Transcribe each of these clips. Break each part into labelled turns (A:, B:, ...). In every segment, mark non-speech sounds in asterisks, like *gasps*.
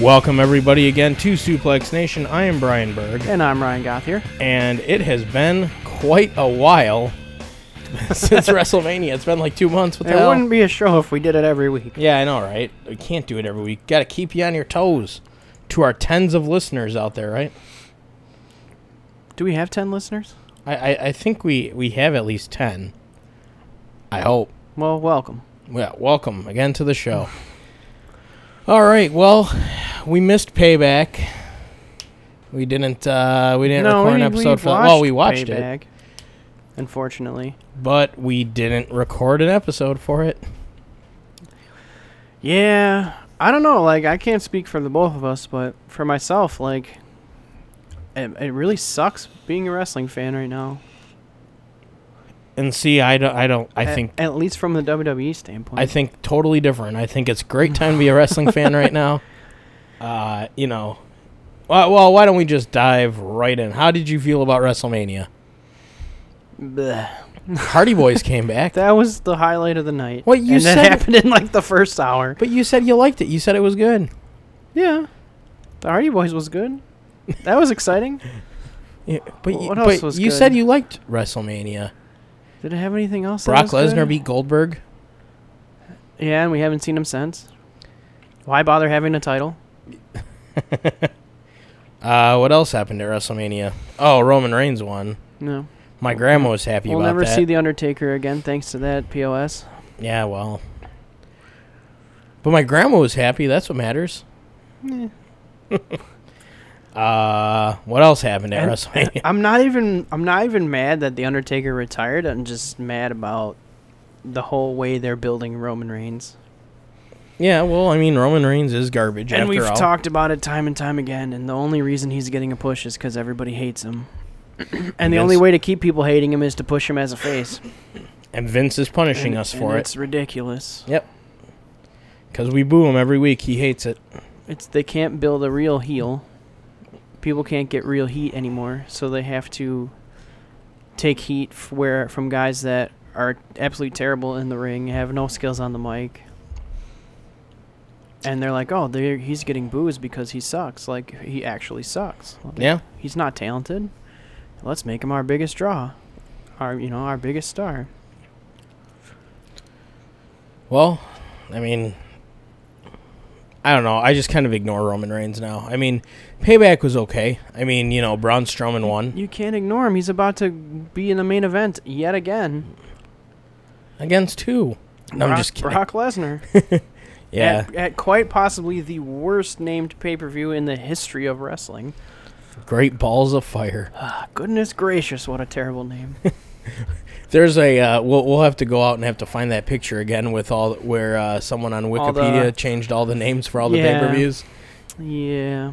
A: Welcome, everybody, again to Suplex Nation. I am Brian Berg,
B: And I'm Ryan Goth here.
A: and it has been quite a while *laughs* since WrestleMania. It's been like two months. What the
B: It
A: hell?
B: wouldn't be a show if we did it every week.
A: Yeah, I know, right? We can't do it every week. Got to keep you on your toes to our tens of listeners out there, right?
B: Do we have 10 listeners?
A: I, I, I think we, we have at least 10. I hope.
B: Well, welcome.
A: Yeah, welcome again to the show. All right, well, we missed Payback. We didn't uh, we didn't record an episode for that. Well, we watched it,
B: it. Unfortunately.
A: but we didn't record an episode for it.
B: Yeah. I don't know. Like, I can't speak for the both of us, but for myself, like, it, it really sucks being a wrestling fan right now.
A: And see, I don't I don't I
B: At-
A: think
B: At, least from the WWE standpoint.
A: I think totally different. I think it's a great time to be a
B: *laughs*
A: wrestling fan right now. Uh, you know, well, well, why don't we just dive right in? How did you feel about
B: *laughs*
A: WrestleMania?
B: Bleh.
A: Hardy Boys came back,
B: That was the highlight of the night.
A: What you
B: and
A: said-
B: that happened in, like, the first hour.
A: but you said you liked it. You said it was good.
B: Yeah. The Hardy Boys
A: *laughs*
B: was good. That was exciting.
A: Yeah, but you,
B: What else
A: but
B: was
A: you said
B: good?
A: you liked WrestleMania.
B: Did it have anything else? that
A: Brock
B: was good?
A: Lesnar beat Goldberg. *laughs*
B: Yeah, and we haven't seen him since. Why bother having a title?
A: Uh, what else happened at WrestleMania? Oh, Roman Reigns won.
B: No.
A: My grandma was happy
B: Oh, We'll
A: about
B: never
A: that.
B: see The Undertaker again thanks to that POS.
A: yeah, well. But my grandma was happy. That's what matters. uh, what else happened at
B: And-
A: WrestleMania? *laughs*
B: I'm not even I'm not even mad that The Undertaker retired. I'm just mad about the whole way they're building Roman Reigns.
A: yeah, well, I mean, Roman Reigns is garbage.
B: and
A: after
B: we've
A: all.
B: talked about it time and time again and the only reason he's getting a push is cuz everybody
A: *clears throat*
B: hates him. and the
A: Vince-
B: only way to keep people hating him is to push him as a face.
A: and Vince is punishing
B: And-
A: us
B: and
A: for it
B: It's ridiculous.
A: because we boo him every week. He hates it.
B: It's they can't build a real heel. People can't get real heat anymore, so they have to take heat f- where from guys that are absolutely terrible in the ring, have no skills on the mic. And they're like, "Oh, they're, he's getting booze because he sucks. Like he actually sucks. Like,
A: Yeah.
B: he's not talented. Let's make him our biggest draw, our you know our biggest star."
A: Well, I mean, I don't know. I just kind of ignore Roman Reigns now. I mean, Payback was okay. I mean, you know, Braun Strowman won
B: You can't ignore him. He's about to be in the main event yet again.
A: against two. No, I'm
B: Brock-
A: just kidding.
B: Brock Lesnar.
A: Yeah,
B: At, at quite possibly the worst named pay per view in the history of wrestling.
A: great balls of fire.
B: Ah, goodness gracious, what a terrible
A: *laughs*
B: name.
A: There's a uh, we'll we'll have to go out and have to find that picture again with all where uh, someone on
B: All the-
A: Wikipedia changed all the names for all the
B: Yeah.
A: pay-per-views.
B: yeah.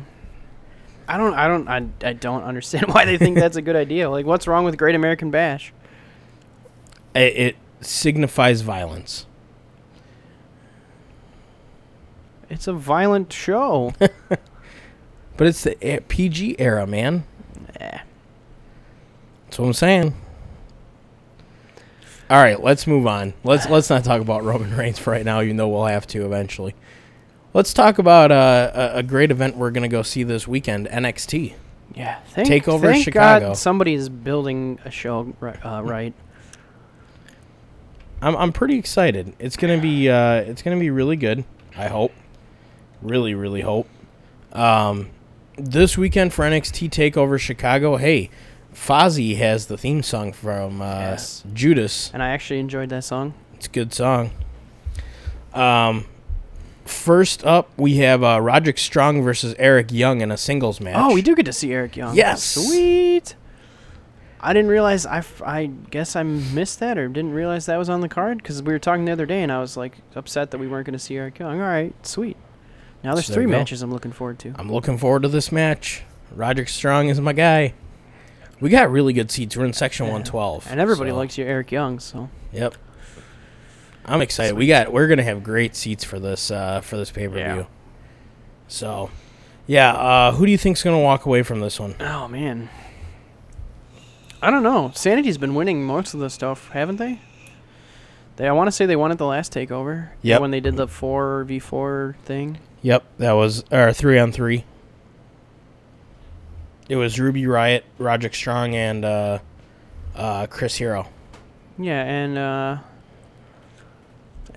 B: I don't, I don't, I, I don't understand *laughs* why they think that's a good idea. Like, what's wrong with Great American Bash?
A: It, it signifies violence.
B: It's a violent
A: *laughs*
B: show.
A: But it's the eh, PG era, man.
B: Eh.
A: That's what I'm saying. All right, let's move on.
B: *sighs*
A: Let's let's not talk about Roman Reigns for right now, even though we'll have to eventually. Let's talk about uh, a, a great event we're gonna go see this weekend, NXT.
B: yeah. Thank,
A: Take over
B: thank
A: Chicago.
B: God somebody is building a show ri- uh, right.
A: I'm I'm pretty excited. It's gonna be uh, it's gonna be really good. I hope, really really hope. Um, this weekend for NXT Takeover Chicago. Hey, Fozzy has the theme song from uh,
B: Yes.
A: Judas.
B: And I actually enjoyed that song.
A: It's a good song. Um, first up, we have uh, Roderick Strong versus Eric Young in a singles match.
B: Oh, we do get to see Eric Young.
A: Yes.
B: Sweet. I didn't realize, I, f- I guess I missed that or didn't realize that was on the card because we were talking the other day and I was like upset that we weren't going to see Eric Young. All right, sweet. Now there's
A: So there
B: three
A: you go.
B: matches I'm looking forward to.
A: I'm looking forward to this match. Roderick Strong is my guy. We got really good seats. We're in section
B: Yeah.
A: 112,
B: And everybody
A: so-
B: likes your Eric Young, so.
A: Yep. I'm excited. We got we're gonna have great seats for this uh, for this pay per view.
B: Yeah.
A: So, yeah. Uh, who do you think's gonna walk away from this one?
B: Oh, man. I don't know. Sanity's been winning most of the stuff, haven't they? They, I want to say they won at the last takeover.
A: Yep.
B: When they did the 4v4 thing.
A: Yep, that was or three on three. It was Ruby Riot, Roderick Strong, and uh, uh, Chris Hero.
B: Yeah, and uh,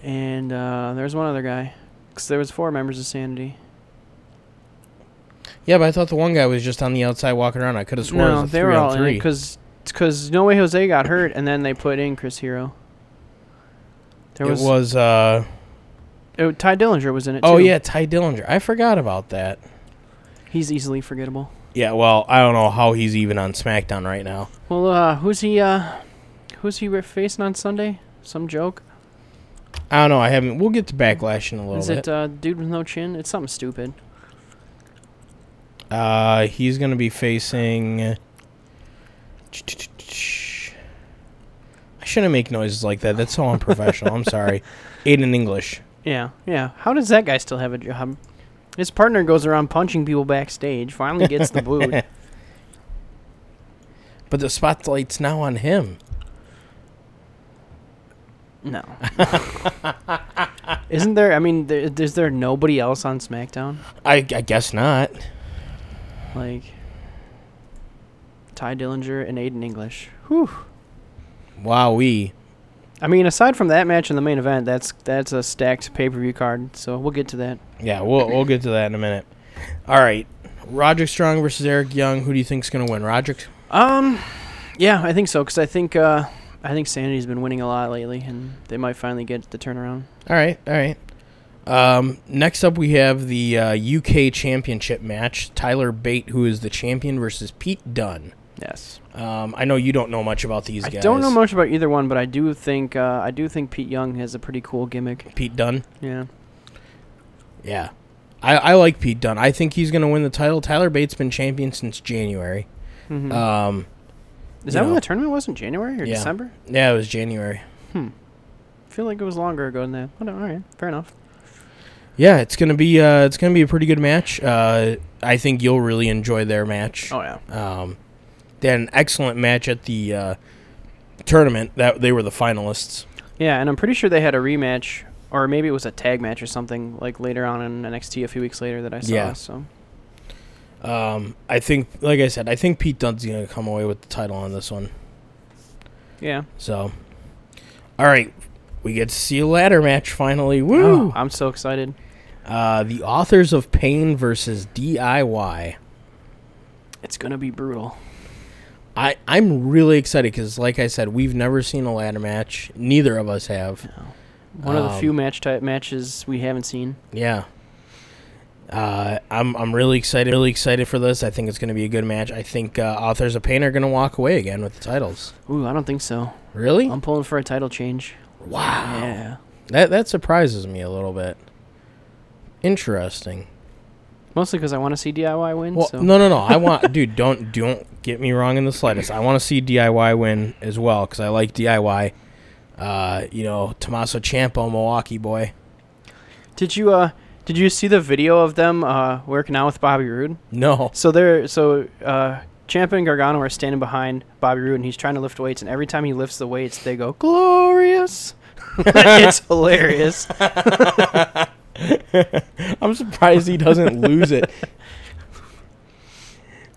B: and uh, there was one other guy, 'cause there was four members of Sanity.
A: Yeah, but I thought the one guy was just on the outside walking around. I could have sworn it
B: No,
A: was a
B: they
A: three
B: were all
A: on
B: in
A: three.
B: because because No Way Jose got hurt, and then they put in Chris Hero. There
A: it
B: was,
A: was, uh,
B: oh, Ty Dillinger was in it.
A: oh
B: too.
A: yeah, Ty Dillinger. I forgot about that.
B: he's easily forgettable.
A: Yeah, well, I don't know how he's even on SmackDown right now.
B: Well, uh, who's he? Uh, who's he re- facing on Sunday? Some joke?
A: I don't know. I haven't. We'll get to backlash in a little
B: Is
A: bit.
B: it uh, dude with no chin? It's something stupid.
A: Uh, he's going to be facing. I shouldn't make noises like that. That's so unprofessional. I'm
B: *laughs*
A: sorry. Aiden English.
B: Yeah, yeah. How does that guy still have a job? His partner goes around punching people backstage. Finally
A: *laughs*
B: gets the boot.
A: But the spotlight's now on him.
B: No. *laughs* Isn't there? I mean, there, is there nobody else on SmackDown?
A: I, I guess not.
B: Like Ty Dillinger and Aiden English. Whew.
A: Wowee.
B: I mean, aside from that match in the main event, that's that's a stacked pay per view card. So we'll get to that.
A: Yeah, we'll we'll get to that in a minute. All right, Roderick Strong versus Eric Young. Who do you think's gonna win, Roderick?
B: Um, yeah, I think so because I think uh, I think Sanity's been winning a lot lately, and they might finally get the turnaround.
A: All right, all right. Um, next up, we have the uh, UK Championship match. Tyler Bate, who is the champion, versus Pete Dunne.
B: Yes.
A: Um, I know you don't know much about these
B: I
A: guys.
B: don't know much about either one, but I do think uh, I do think Pete Young has a pretty cool gimmick.
A: Pete Dunne.
B: Yeah.
A: Yeah, I, I like Pete Dunne. I think he's gonna win the title. Tyler Bate's been champion since January.
B: hmm
A: Um,
B: Is
A: you
B: that when
A: know.
B: the tournament was in January or
A: Yeah.
B: December?
A: yeah, it was January.
B: I feel like it was longer ago than that. But all right, fair enough.
A: Yeah, it's gonna be uh, it's gonna be a pretty good match. Uh, I think you'll really enjoy their match.
B: Oh yeah.
A: Um, they had an excellent match at the uh, tournament. That they were the finalists.
B: Yeah, and I'm pretty sure they had a rematch, or maybe it was a tag match or something like later on in NXT a few weeks later that I saw.
A: Yeah.
B: So
A: Um, I think, like I said, I think Pete Dunne's gonna come away with the title on this one.
B: yeah.
A: So, all right, we get to see a ladder match finally.
B: Oh,
A: Woo!
B: I'm so excited.
A: Uh, the authors of Pain versus DIY.
B: It's gonna be brutal.
A: I, I'm really excited because, like I said, we've never seen a ladder match. Neither of us have.
B: One of the
A: Um,
B: few match type matches we haven't seen.
A: Yeah. Uh, I'm I'm really excited, really excited for this. I think it's going to be a good match. I think uh, authors of pain are going to walk away again with the titles.
B: Ooh, I don't think so.
A: Really?
B: I'm pulling for a title change.
A: wow.
B: Um, Yeah.
A: That that surprises me a little bit. Interesting.
B: Mostly because I want to see DIY win.
A: Well,
B: so.
A: no, no, no. I want, *laughs* dude. Don't don't get me wrong in the slightest. I want to see DIY win as well because I like DIY. Uh, you know, Tommaso Ciampa, Milwaukee boy.
B: Did you uh did you see the video of them uh working out with Bobby Roode?
A: No.
B: So they're so uh Champa and Gargano are standing behind Bobby Roode and he's trying to lift weights and every time he lifts the weights they go glorious. *laughs* it's hilarious.
A: I'm surprised he doesn't lose
B: *laughs*
A: it.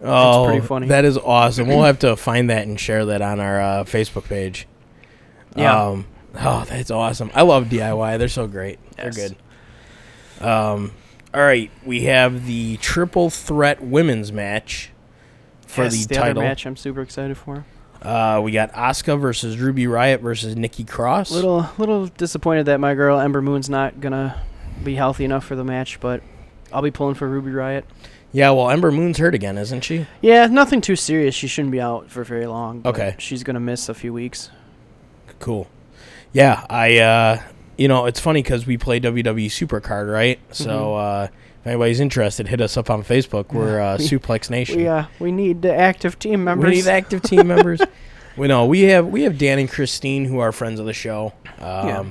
A: Oh,
B: pretty funny.
A: That is awesome. We'll have to find that and share that on our uh, Facebook page.
B: Yeah.
A: Um, oh, that's awesome. I love DIY. They're so great.
B: Yes.
A: They're good. Um, all right, we have the triple threat women's match *laughs* for
B: Yes,
A: the,
B: other
A: title.
B: match I'm super excited for.
A: Uh, we got Asuka versus Ruby Riot versus Nikki Cross.
B: Little little disappointed that my girl Ember Moon's not gonna be healthy enough for the match, but I'll be pulling for Ruby Riot.
A: Yeah, well, Ember Moon's hurt again, isn't she?
B: Yeah, nothing too serious. She shouldn't be out for very long. but
A: Okay.
B: She's gonna miss a few weeks.
A: Cool. Yeah, I uh you know, it's funny cuz we play WWE Supercard, right?
B: Mm-hmm.
A: So uh if anybody's interested, hit us up on Facebook. We're uh,
B: *laughs* We-
A: Suplex Nation.
B: We uh we need the active team members.
A: We need active team
B: *laughs*
A: members. we know we have we have Dan and Christine who are friends of the show. Um
B: Yeah.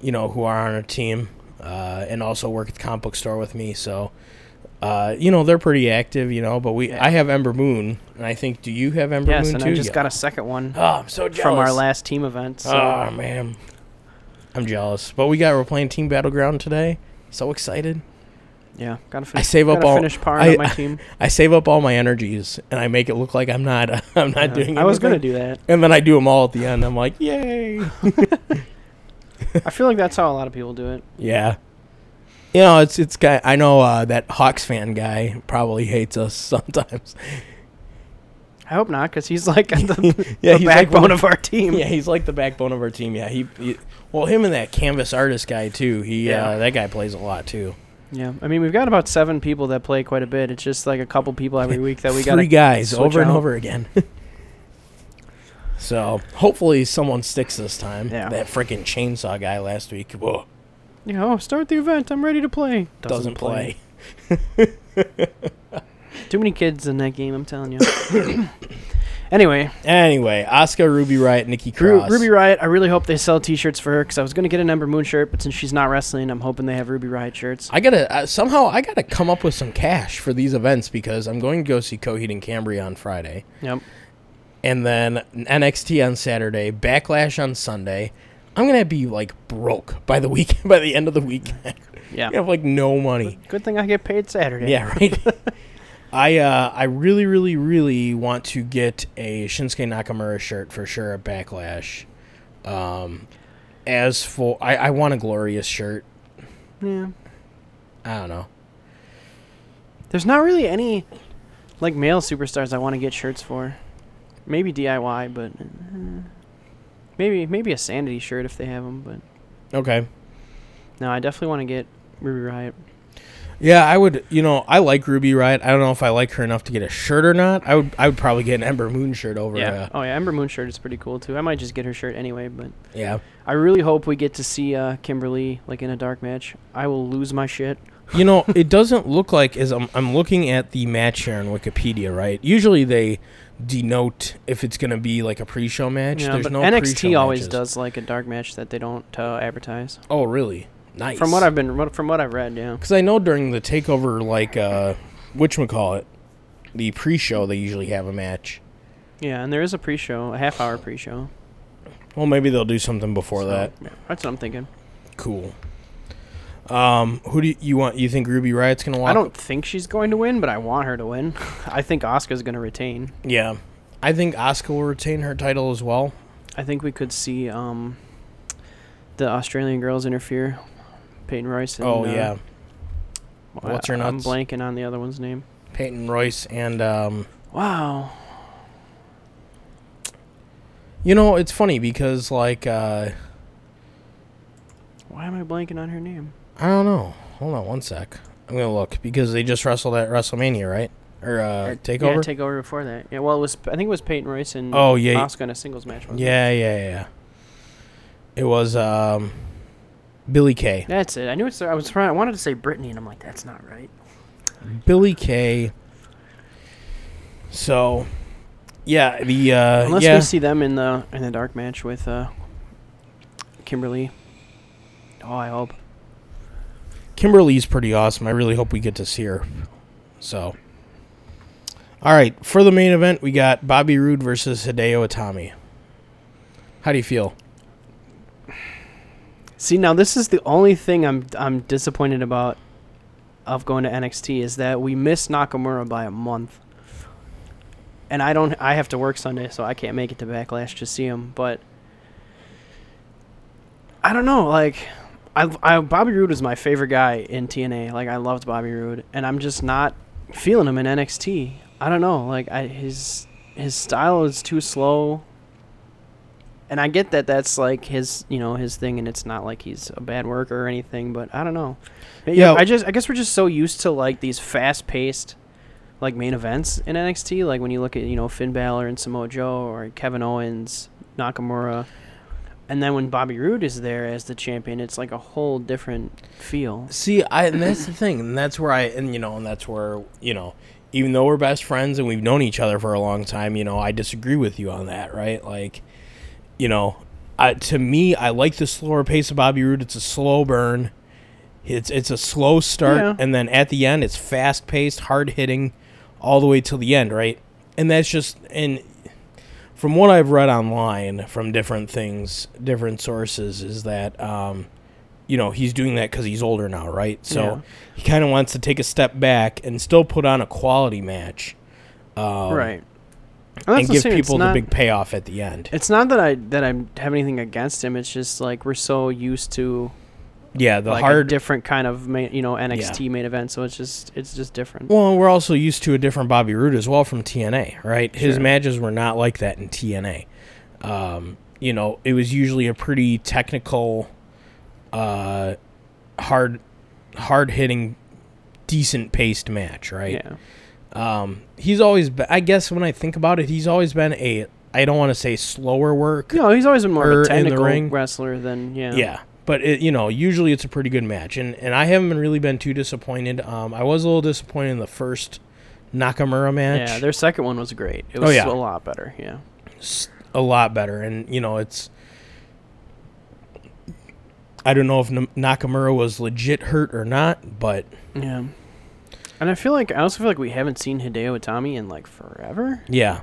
A: you know, who are on our team uh and also work at the comic book store with me, so uh, you know they're pretty active, you know, but we I have Ember Moon, and I think do you have Ember
B: Yes,
A: Moon
B: and
A: too?
B: I just
A: Yeah.
B: got a
A: *gasps*
B: second one
A: oh, I'm so jealous
B: from our last team event. So
A: Oh man, I'm jealous. But we got we're playing Team Battleground today. So excited!
B: Yeah, gotta finish.
A: I save up
B: gotta
A: all-
B: Finish par
A: I-
B: on my team.
A: I save up all my energies and I make it look like I'm not *laughs* I'm *laughs* not
B: Yeah.
A: doing.
B: I was gonna
A: anything.
B: do that.
A: and then I do them all at the end. I'm like, yay!
B: I feel like that's how a lot of people do it.
A: yeah, you know, it's it's guy. I know uh, that Hawks fan guy probably hates us *laughs* sometimes.
B: I hope not, because he's like *laughs* the,
A: *laughs* Yeah,
B: the
A: he's like
B: backbone
A: one
B: of our team.
A: Yeah, he's like the backbone of our team. Yeah, he, he well, him and that canvas artist guy too. He
B: Yeah.
A: uh, that guy plays a lot too.
B: Yeah, I mean we've got about seven people that play quite a bit. It's just like a couple people every week that we
A: *laughs*
B: got.
A: Three guys
B: switch
A: over and
B: out.
A: over again. *laughs* so hopefully someone sticks this time.
B: Yeah.
A: That freaking chainsaw guy last week. Whoa,
B: You know, start the event. I'm ready to play.
A: doesn't, play.
B: Too many kids in that game. I'm telling
A: *coughs*
B: you. *coughs* anyway,
A: Anyway, Oscar Ruby Riot, Nikki
B: Ru-
A: Cross.
B: Ruby Riot. I really hope they sell T-shirts for her because I was gonna get an Ember Moon shirt, but since she's not wrestling, I'm hoping they have Ruby Riot shirts.
A: I gotta uh, somehow I gotta come up with some cash for these events because I'm going to go see Coheed and Cambria on Friday,
B: Yep.
A: and then NXT on Saturday, Backlash on Sunday. I'm gonna be like broke by the week *laughs* by the end of the weekend.
B: Yeah.
A: *laughs* I have like no money.
B: Good thing I get paid Saturday.
A: Yeah, right. *laughs* I uh, I really really really want to get a Shinsuke Nakamura shirt for sure at Backlash. Um, as for I, I want a glorious shirt.
B: Yeah.
A: I don't know.
B: There's not really any like male superstars I want to get shirts for. Maybe DIY, but uh, maybe maybe a Sanity shirt if they have them. But
A: Okay.
B: no, I definitely want to get Ruby Riot.
A: Yeah, I would. You know, I like Ruby Riot. I don't know if I like her enough to get a shirt or not. I would. I would probably get an Ember Moon shirt over. Yeah.
B: Oh yeah, Ember Moon shirt is pretty cool too. I might just get her shirt anyway, but
A: yeah.
B: I really hope we get to see uh, Kimberly like in a dark match. I will lose my shit.
A: You know, it doesn't look like as I'm. I'm looking at the match here on Wikipedia. Right. Usually they denote if it's going to be like a pre-show match.
B: Yeah,
A: There's
B: but
A: no pre-show
B: NXT always
A: matches.
B: does like a dark match that they don't uh, advertise.
A: Oh, really? Nice.
B: From what I've been what- from what I've read, yeah.
A: Because I know during the takeover, like uh, which call it, the pre-show they usually have a match.
B: Yeah, and there is a pre-show, a half hour pre-show.
A: Well, maybe they'll do something before
B: so,
A: that.
B: yeah, that's what I'm thinking.
A: Cool. Um, who do you, you want? You think Ruby Riot's gonna walk?
B: I don't think she's going to win, but I want her to win. *laughs* I think Oscar's going to retain.
A: Yeah, I think Asuka will retain her title as well.
B: I think we could see um, the Australian girls interfere. Peyton Royce. And,
A: oh
B: uh,
A: yeah,
B: I-
A: What's her
B: I'm
A: nuts?
B: blanking on the other one's name.
A: Peyton Royce and um,
B: Wow.
A: you know it's funny because like uh,
B: Why am I blanking on her name?
A: I don't know. Hold on one sec. I'm gonna look because they just wrestled at WrestleMania, right? Or uh,
B: Er, Yeah,
A: Takeover.
B: takeover before that. Yeah, well, it was. I think it was Peyton Royce and
A: Oh, yeah.
B: Oscar in a singles match. wasn't it?
A: Yeah, yeah, yeah. It was um, Billy Kay.
B: That's it. I knew it's. I was trying. I wanted to say Brittany, and I'm like, that's not right.
A: Billy Kay. So, yeah, the uh,
B: Unless
A: yeah,
B: we see them in the in the dark match with uh, Kimberly. Oh, I hope.
A: Kimberly's pretty awesome. I really hope we get to see her. So, all right, for the main event, we got Bobby Roode versus Hideo Itami. How do you feel?
B: See, now this is the only thing I'm I'm disappointed about of going to NXT is that we missed Nakamura by a month. And I don't I have to work Sunday, so I can't make it to Backlash to see him, but I don't know, like I, I Bobby Roode was my favorite guy in TNA. Like I loved Bobby Roode, and I'm just not feeling him in NXT. I don't know, like I his his style is too slow and I get that that's like his, you know, his thing, and it's not like he's a bad worker or anything. But I don't know. But yeah,
A: Yeah.
B: I just I guess we're just so used to like these fast paced, like main events in NXT. Like when you look at you know Finn Balor and Samoa Joe or Kevin Owens, Nakamura, and then when Bobby Roode is there as the champion, it's like a whole different feel.
A: See, I and that's the thing, and that's where I and you know, and that's where you know, even though we're best friends and we've known each other for a long time, you know, I disagree with you on that, right? Like, you know, I, to me, I like the slower pace of Bobby Roode. It's a slow burn. It's it's a slow start,
B: Yeah.
A: and then at the end, it's fast paced, hard hitting, all the way till the end, right? And that's just and from what I've read online from different things, different sources, is that um, you know, he's doing that because he's older now, right? So
B: Yeah.
A: he kind of wants to take a step back and still put on a quality match, um,
B: right. And that's
A: And
B: the
A: give
B: same,
A: people the
B: it's not,
A: big payoff at the end.
B: It's not that I that I have anything against him. It's just like we're so used to
A: Yeah, the
B: like a
A: hard.
B: different kind of main, you know NXT main event, so it's just it's just different.
A: well, we're also used to a different Bobby Roode as well from TNA, right? His
B: Sure.
A: matches were not like that in TNA. Um, you know, it was usually a pretty technical, uh, hard, hard hitting, decent paced match, right?
B: yeah.
A: Um, he's always been, I guess when I think about it, he's always been a, I don't want to say slower work.
B: No, he's always been more
A: Or in
B: of
A: the
B: a technical
A: ring.
B: wrestler than yeah.
A: Yeah. But, it, you know, usually it's a pretty good match. And, and I haven't been really been too disappointed. Um, I was a little disappointed in the first Nakamura match.
B: Yeah, their second one was great. It
A: Oh,
B: was
A: yeah.
B: a lot better. Yeah.
A: s- a lot better. And you know, it's I don't know if N- Nakamura was legit hurt or not, but
B: Yeah. And I feel like I also feel like we haven't seen Hideo Itami in like forever.
A: yeah.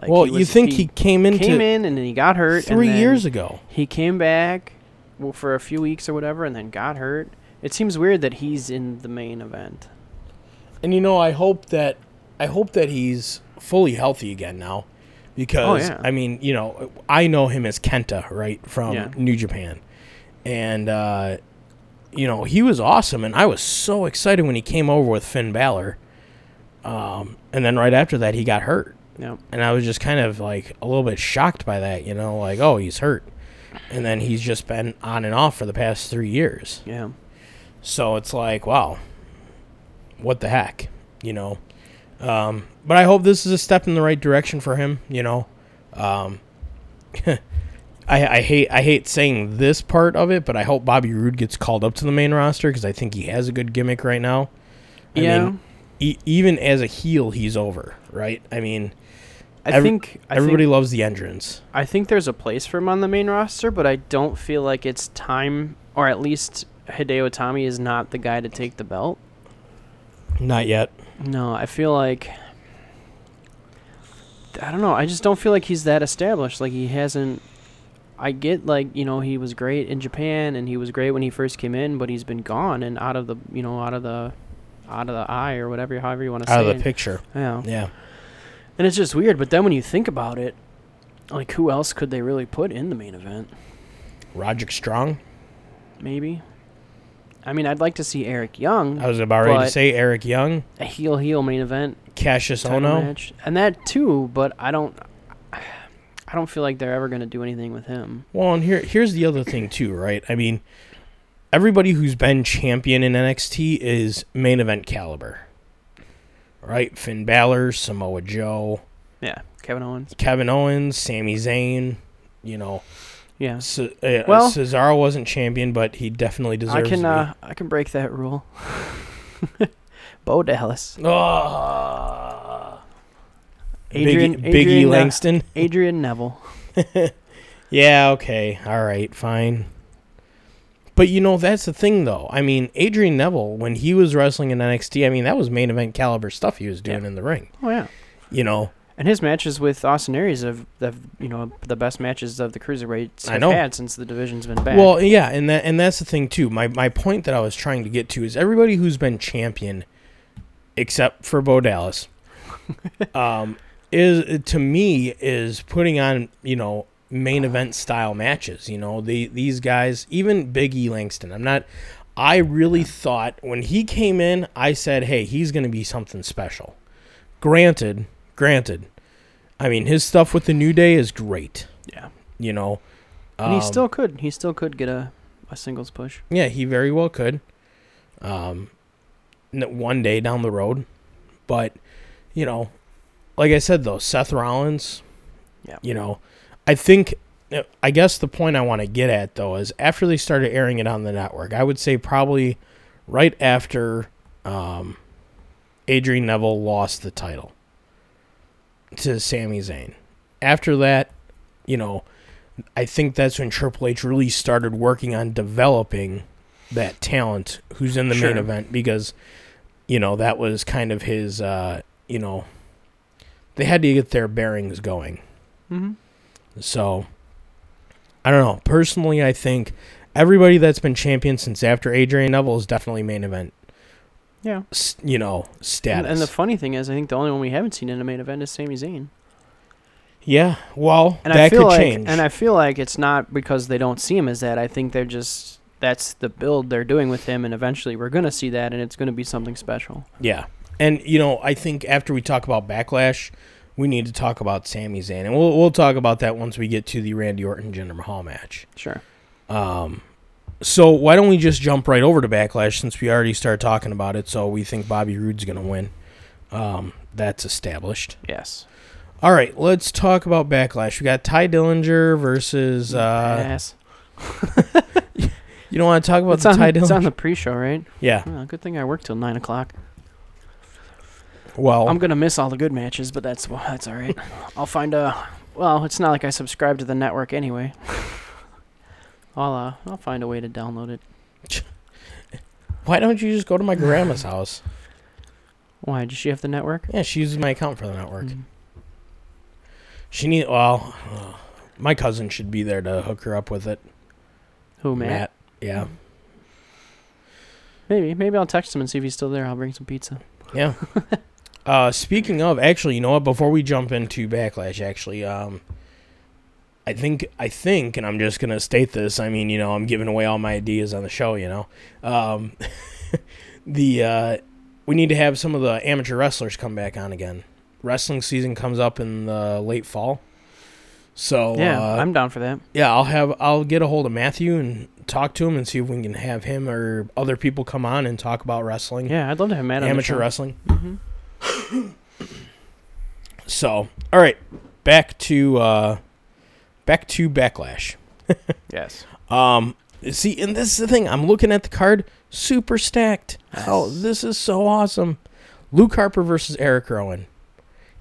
B: Like
A: well,
B: he
A: you
B: was-
A: think he, came into
B: came in and then he got hurt and
A: three
B: then
A: years ago?
B: He came back well, for a few weeks or whatever and then got hurt. It seems weird that he's in the main event.
A: And you know, I hope that I hope that he's fully healthy again now, because
B: Oh, yeah.
A: I mean, you know, I know him as Kenta, right, from
B: Yeah.
A: New Japan, and uh, you know, he was awesome, and I was so excited when he came over with Finn Balor, um, and then right after that, he got hurt,
B: No.
A: and I was just kind of like a little bit shocked by that, you know, like oh, he's hurt, and then he's just been on and off for the past three years.
B: Yeah.
A: So it's like, wow, what the heck, you know? Um, but I hope this is a step in the right direction for him, you know. Um, *laughs* I, I hate I hate saying this part of it, but I hope Bobby Roode gets called up to the main roster because I think he has a good gimmick right now. I
B: yeah.
A: mean, e- even as a heel, he's over, right? I mean,
B: I
A: every-
B: think I
A: everybody
B: think
A: loves the entrance.
B: I think there's a place for him on the main roster, but I don't feel like it's time, or at least Hideo Itami is not the guy to take the belt.
A: Not yet.
B: No, I feel like I don't know. I just don't feel like he's that established. Like he hasn't. I get like you know he was great in Japan and he was great when he first came in, but he's been gone and out of the you know out of the out of the eye or whatever however you want to say
A: Out of
B: it.
A: the picture.
B: Yeah,
A: Yeah.
B: and it's just weird. But then when you think about it, like who else could they really put in the main event?
A: Roderick Strong.
B: maybe. I mean, I'd like to see Eric Young,
A: I was about ready to
B: But-
A: say Eric Young,
B: a heel heel main event
A: Cassius
B: title
A: Ono.
B: match, and that too. But I don't, I don't feel like they're ever going to do anything with him.
A: Well, and here here's the other thing too, right? I mean, everybody who's been champion in NXT is main event caliber, right? Finn Balor, Samoa Joe,
B: Yeah, Kevin Owens.
A: Kevin Owens, Sami Zayn. You know,
B: Yeah,
A: Ce- uh,
B: Well-
A: Cesaro wasn't champion, but he definitely
B: I
A: deserves.
B: can,
A: to
B: uh, I can break that rule. *laughs* Bo Dallas,
A: be. Ah. Biggie,
B: Adrian-
A: Biggie
B: Adrian, uh,
A: Langston.
B: Adrian Neville.
A: Yeah, okay. All right, fine. But you know, that's the thing though. I mean, Adrian Neville when he was wrestling in NXT, I mean, that was main event caliber stuff he was doing in the ring,
B: Oh yeah,
A: you know.
B: and his matches with Austin Aries have, have you know, the best matches of the cruiserweights
A: I
B: have
A: know.
B: had since the division's been back.
A: Well, yeah, and that and that's the thing too. My my point that I was trying to get to is everybody who's been champion except for Bo
B: *laughs*
A: Dallas um is to me is putting on, you know, main event style matches, you know. The these guys, even Big E Langston. I'm not I really thought when he came in, I said, "Hey, he's going to be something special." Granted, granted. I mean, his stuff with the New Day is great,
B: yeah,
A: you know.
B: and he
A: Um,
B: still could, he still could get a, a singles push.
A: yeah, he very well could. Um, n- one day down the road, but you know, like I said though, Seth Rollins.
B: Yeah.
A: You know, I think. uh, I guess the point I want to get at though is after they started airing it on the network, I would say probably right after um, Adrian Neville lost the title to Sami Zayn. After that, you know, I think that's when Triple H really started working on developing that talent who's in the
B: Sure.
A: main event because, you know, that was kind of his, uh, you know, they had to get their bearings going.
B: Mm-hmm.
A: So I don't know. Personally, I think everybody that's been champion since after Adrian Neville is definitely main event.
B: Yeah.
A: s- You know, status.
B: And, and the funny thing is, I think the only one we haven't seen in a main event is Sami Zayn.
A: yeah. Well,
B: And
A: that
B: I feel
A: could
B: like,
A: change.
B: and I feel like it's not because they don't see him as that. I think they're just that's the build they're doing with him, and eventually we're gonna see that, and it's gonna be something special.
A: yeah. And you know, I think after we talk about backlash, we need to talk about Sami Zayn, and we'll we'll talk about that once we get to the Randy Orton Jinder Mahal match.
B: Sure.
A: Um, so why don't we just jump right over to Backlash since we already started talking about it? So we think Bobby Roode's gonna win. Um, that's established.
B: Yes.
A: All right, let's talk about Backlash. We got Ty Dillinger versus. Uh,
B: yes.
A: you don't want to talk about
B: It's
A: the
B: on,
A: Ty
B: it's on
A: Dillinger?
B: the pre-show, right?
A: yeah.
B: Well, good thing I work till nine o'clock.
A: Well,
B: I'm gonna miss all the good matches, but that's well, that's all right.
A: *laughs*
B: I'll find a. Well, it's not like I subscribe to the
A: *laughs*
B: network anyway. I'll uh, I'll find a way to download it.
A: why don't you just go to my grandma's house?
B: Why does she have the network?
A: Yeah, she uses my account for the network.
B: Mm.
A: She need well, uh, my cousin should be there to hook her up with it.
B: Who Matt?
A: Yeah.
B: Maybe maybe I'll text him and see if he's still there. I'll bring some pizza.
A: Yeah. uh, speaking of, actually, you know what? Before we jump into backlash, actually, um, I think I think, and I'm just gonna state this. I mean, you know, I'm giving away all my ideas on the show. You know, um, *laughs* the uh, we need to have some of the amateur wrestlers come back on again. Wrestling season comes up in the late fall, so
B: yeah,
A: uh,
B: I'm down for that.
A: yeah, I'll have I'll get a hold of Matthew and talk to him and see if we can have him or other people come on and talk about wrestling,
B: Yeah, I'd love to have Matt
A: amateur
B: on the show.
A: wrestling.
B: Mm-hmm.
A: So, all right, back to uh, back to backlash.
B: Yes.
A: Um, see, and this is the thing. I'm looking at the card, super stacked. Oh,
B: Yes.
A: this is so awesome! Luke Harper versus Eric Rowan.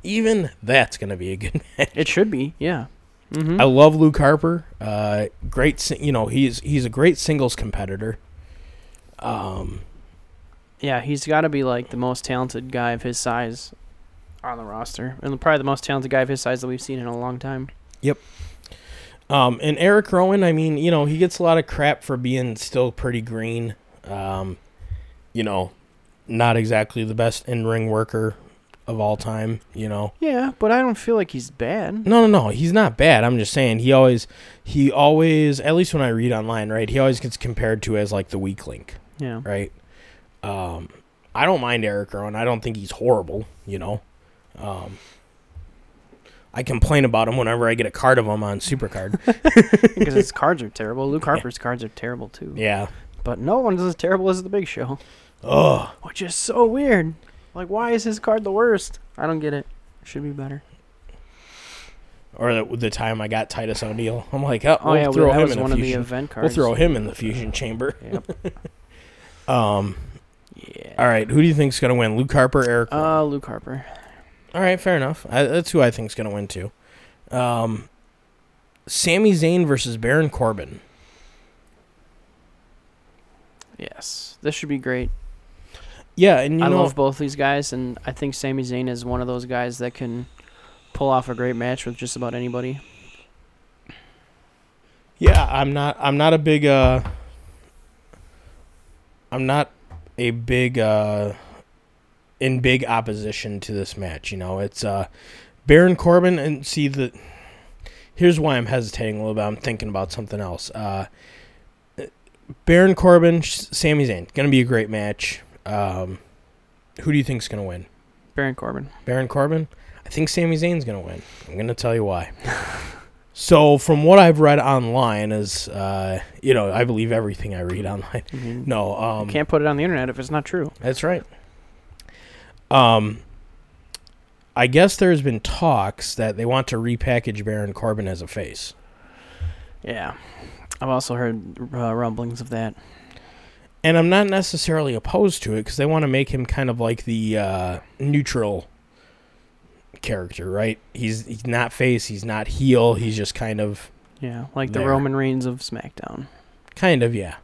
A: Even that's gonna be a good. *laughs*
B: It should be. Yeah. Mm-hmm.
A: I love Luke Harper. Uh, great, si- you know he's he's a great singles competitor. Um,
B: Yeah, he's got to be like the most talented guy of his size on the roster, and probably the most talented guy of his size that we've seen in a long time.
A: Um, and Eric Rowan, I mean, you know, he gets a lot of crap for being still pretty green. Um, you know, not exactly the best in ring worker of all time, you know.
B: Yeah, but I don't feel like he's bad.
A: No, no, no, he's not bad. I'm just saying he always he always at least when I read online, right, he always gets compared to as like the weak link, *laughs*
B: Yeah.
A: right? Um I don't mind Eric Rowan. I don't think he's horrible, you know. Um I complain about him whenever I get a card of him on Supercard.
B: because his cards are terrible. Luke Harper's cards are terrible too.
A: yeah.
B: But no one's as terrible as the Big Show,
A: Ugh.
B: which is so weird. Like, why is his card the worst? I don't get it. It should be better.
A: or the, the time I got Titus O'Neil. I'm like, oh,
B: Oh
A: we'll
B: yeah,
A: throw
B: well, that
A: him
B: was
A: in
B: one
A: the
B: of the
A: fusion.
B: event cards.
A: we'll throw him in the fusion chamber. *laughs*
B: Yep.
A: Um,
B: yeah.
A: all right, who do you think's gonna win, Luke Harper, Eric?
B: Uh, Luke Harper.
A: all right, fair enough. I, that's who I think's gonna win too. Um, Sami Zayn versus Baron Corbin.
B: Yes, this should be great.
A: Yeah, and you
B: I
A: know,
B: love both these guys, and I think Sami Zayn is one of those guys that can pull off a great match with just about anybody.
A: yeah, I'm not, I'm not a big, uh, I'm not a big, uh, in big opposition to this match. You know, it's uh, Baron Corbin, and see the. Here's why I'm hesitating a little bit. I'm thinking about something else. Uh, Baron Corbin, S- Sami Zayn, gonna be a great match. Um, who do you think's gonna win?
B: Baron Corbin.
A: Baron Corbin. I think Sami Zayn's gonna win. I'm gonna tell you why. so from what I've read online, is uh, you know I believe everything I read *laughs* online.
B: I mean,
A: No, um,
B: you can't put it on the internet if it's not true.
A: that's right. Um, I guess there's been talks that they want to repackage Baron Corbin as a face,
B: Yeah, I've also heard uh, rumblings of that.
A: and I'm not necessarily opposed to it because they want to make him kind of like the uh, neutral character, right? He's he's not face, he's not heel, he's just kind of
B: Yeah, like the
A: There.
B: Roman Reigns of SmackDown.
A: kind of yeah.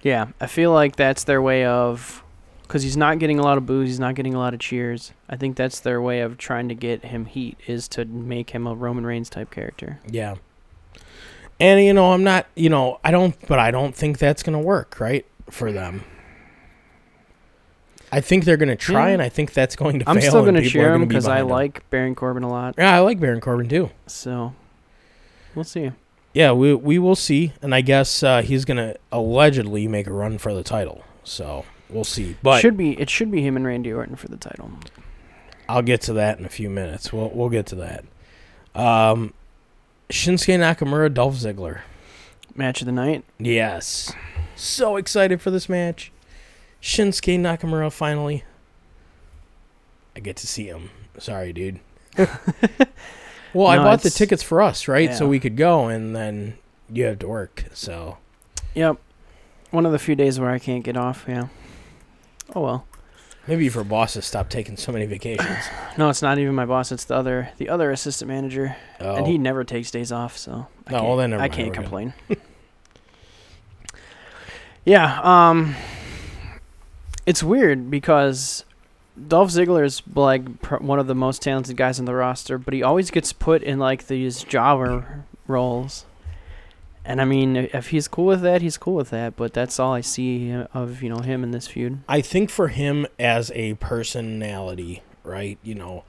B: Yeah, I feel like that's their way of because he's not getting a lot of boos, he's not getting a lot of cheers. I think that's their way of trying to get him heat is to make him a Roman Reigns type character.
A: Yeah. And you know, I'm not, you know, I don't, but I don't think that's gonna work, right, for them. I think they're gonna try,
B: Yeah.
A: and I think that's going to
B: I'm
A: fail.
B: still
A: and
B: gonna
A: people
B: cheer
A: are
B: him
A: be
B: because I
A: behind 'em.
B: like Baron Corbin a lot.
A: Yeah, I like Baron Corbin too.
B: So we'll see.
A: Yeah, we we will see, and I guess uh, he's gonna allegedly make a run for the title. So we'll see, but
B: should be it should be him and Randy Orton for the title.
A: I'll get to that in a few minutes. We'll we'll get to that. Um, Shinsuke Nakamura, Dolph Ziggler.
B: Match of the night.
A: Yes, so excited for this match. Shinsuke Nakamura finally. I get to see him. Sorry,
B: *laughs*
A: dude. well, I
B: No,
A: bought the
B: it's-
A: tickets for us, right? So
B: yeah.
A: we could go, and then you have to work. So
B: Yep. One of the few days where I can't get off, yeah. Oh well.
A: maybe for bosses, stop taking so many vacations.
B: No, it's not even my boss, it's the other the other assistant manager.
A: Oh.
B: *sighs* And he never takes days off, so I
A: No,
B: can't,
A: well, then never
B: I
A: mind,
B: can't
A: we're good.
B: complain. *laughs* yeah, um it's weird because Dolph Ziggler is like pr- one of the most talented guys on the roster, but he always gets put in like these jobber roles. And I mean, i- if he's cool with that, he's cool with that. But that's all I see of you know him in this feud.
A: I think for him as a personality, right? You know,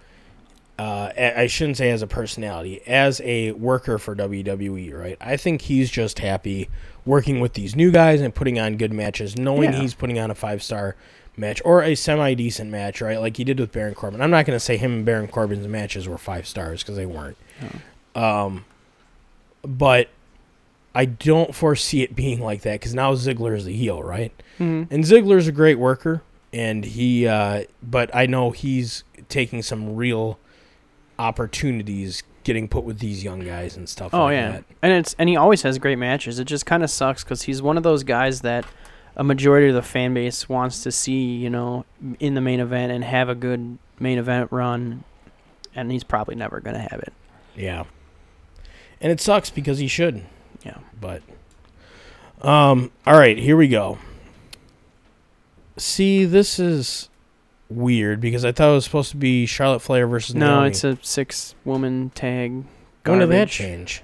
A: uh, a- I shouldn't say as a personality, as a worker for WWE, right? I think he's just happy working with these new guys and putting on good matches, knowing
B: Yeah.
A: he's putting on a five star match or a semi decent match, right? Like he did with Baron Corbin. I'm not going to say him and Baron Corbin's matches were five stars because they weren't. Um, but I don't foresee it being like that because now Ziggler is the heel, right?
B: Mm-hmm.
A: And Ziggler's a great worker, and he, uh, but I know he's taking some real opportunities getting put with these young guys and stuff
B: Oh
A: like
B: yeah,
A: that.
B: and it's and he always has great matches. It just kind of sucks because he's one of those guys that a majority of the fan base wants to see, you know, in the main event and have a good main event run, and he's probably never gonna have it.
A: Yeah. And it sucks because he should.
B: Yeah.
A: But, um, all right, here we go. See, this is weird because I thought it was supposed to be Charlotte Flair versus
B: No,
A: Naomi.
B: it's a six woman tag.
A: When did that
B: garbage.
A: change?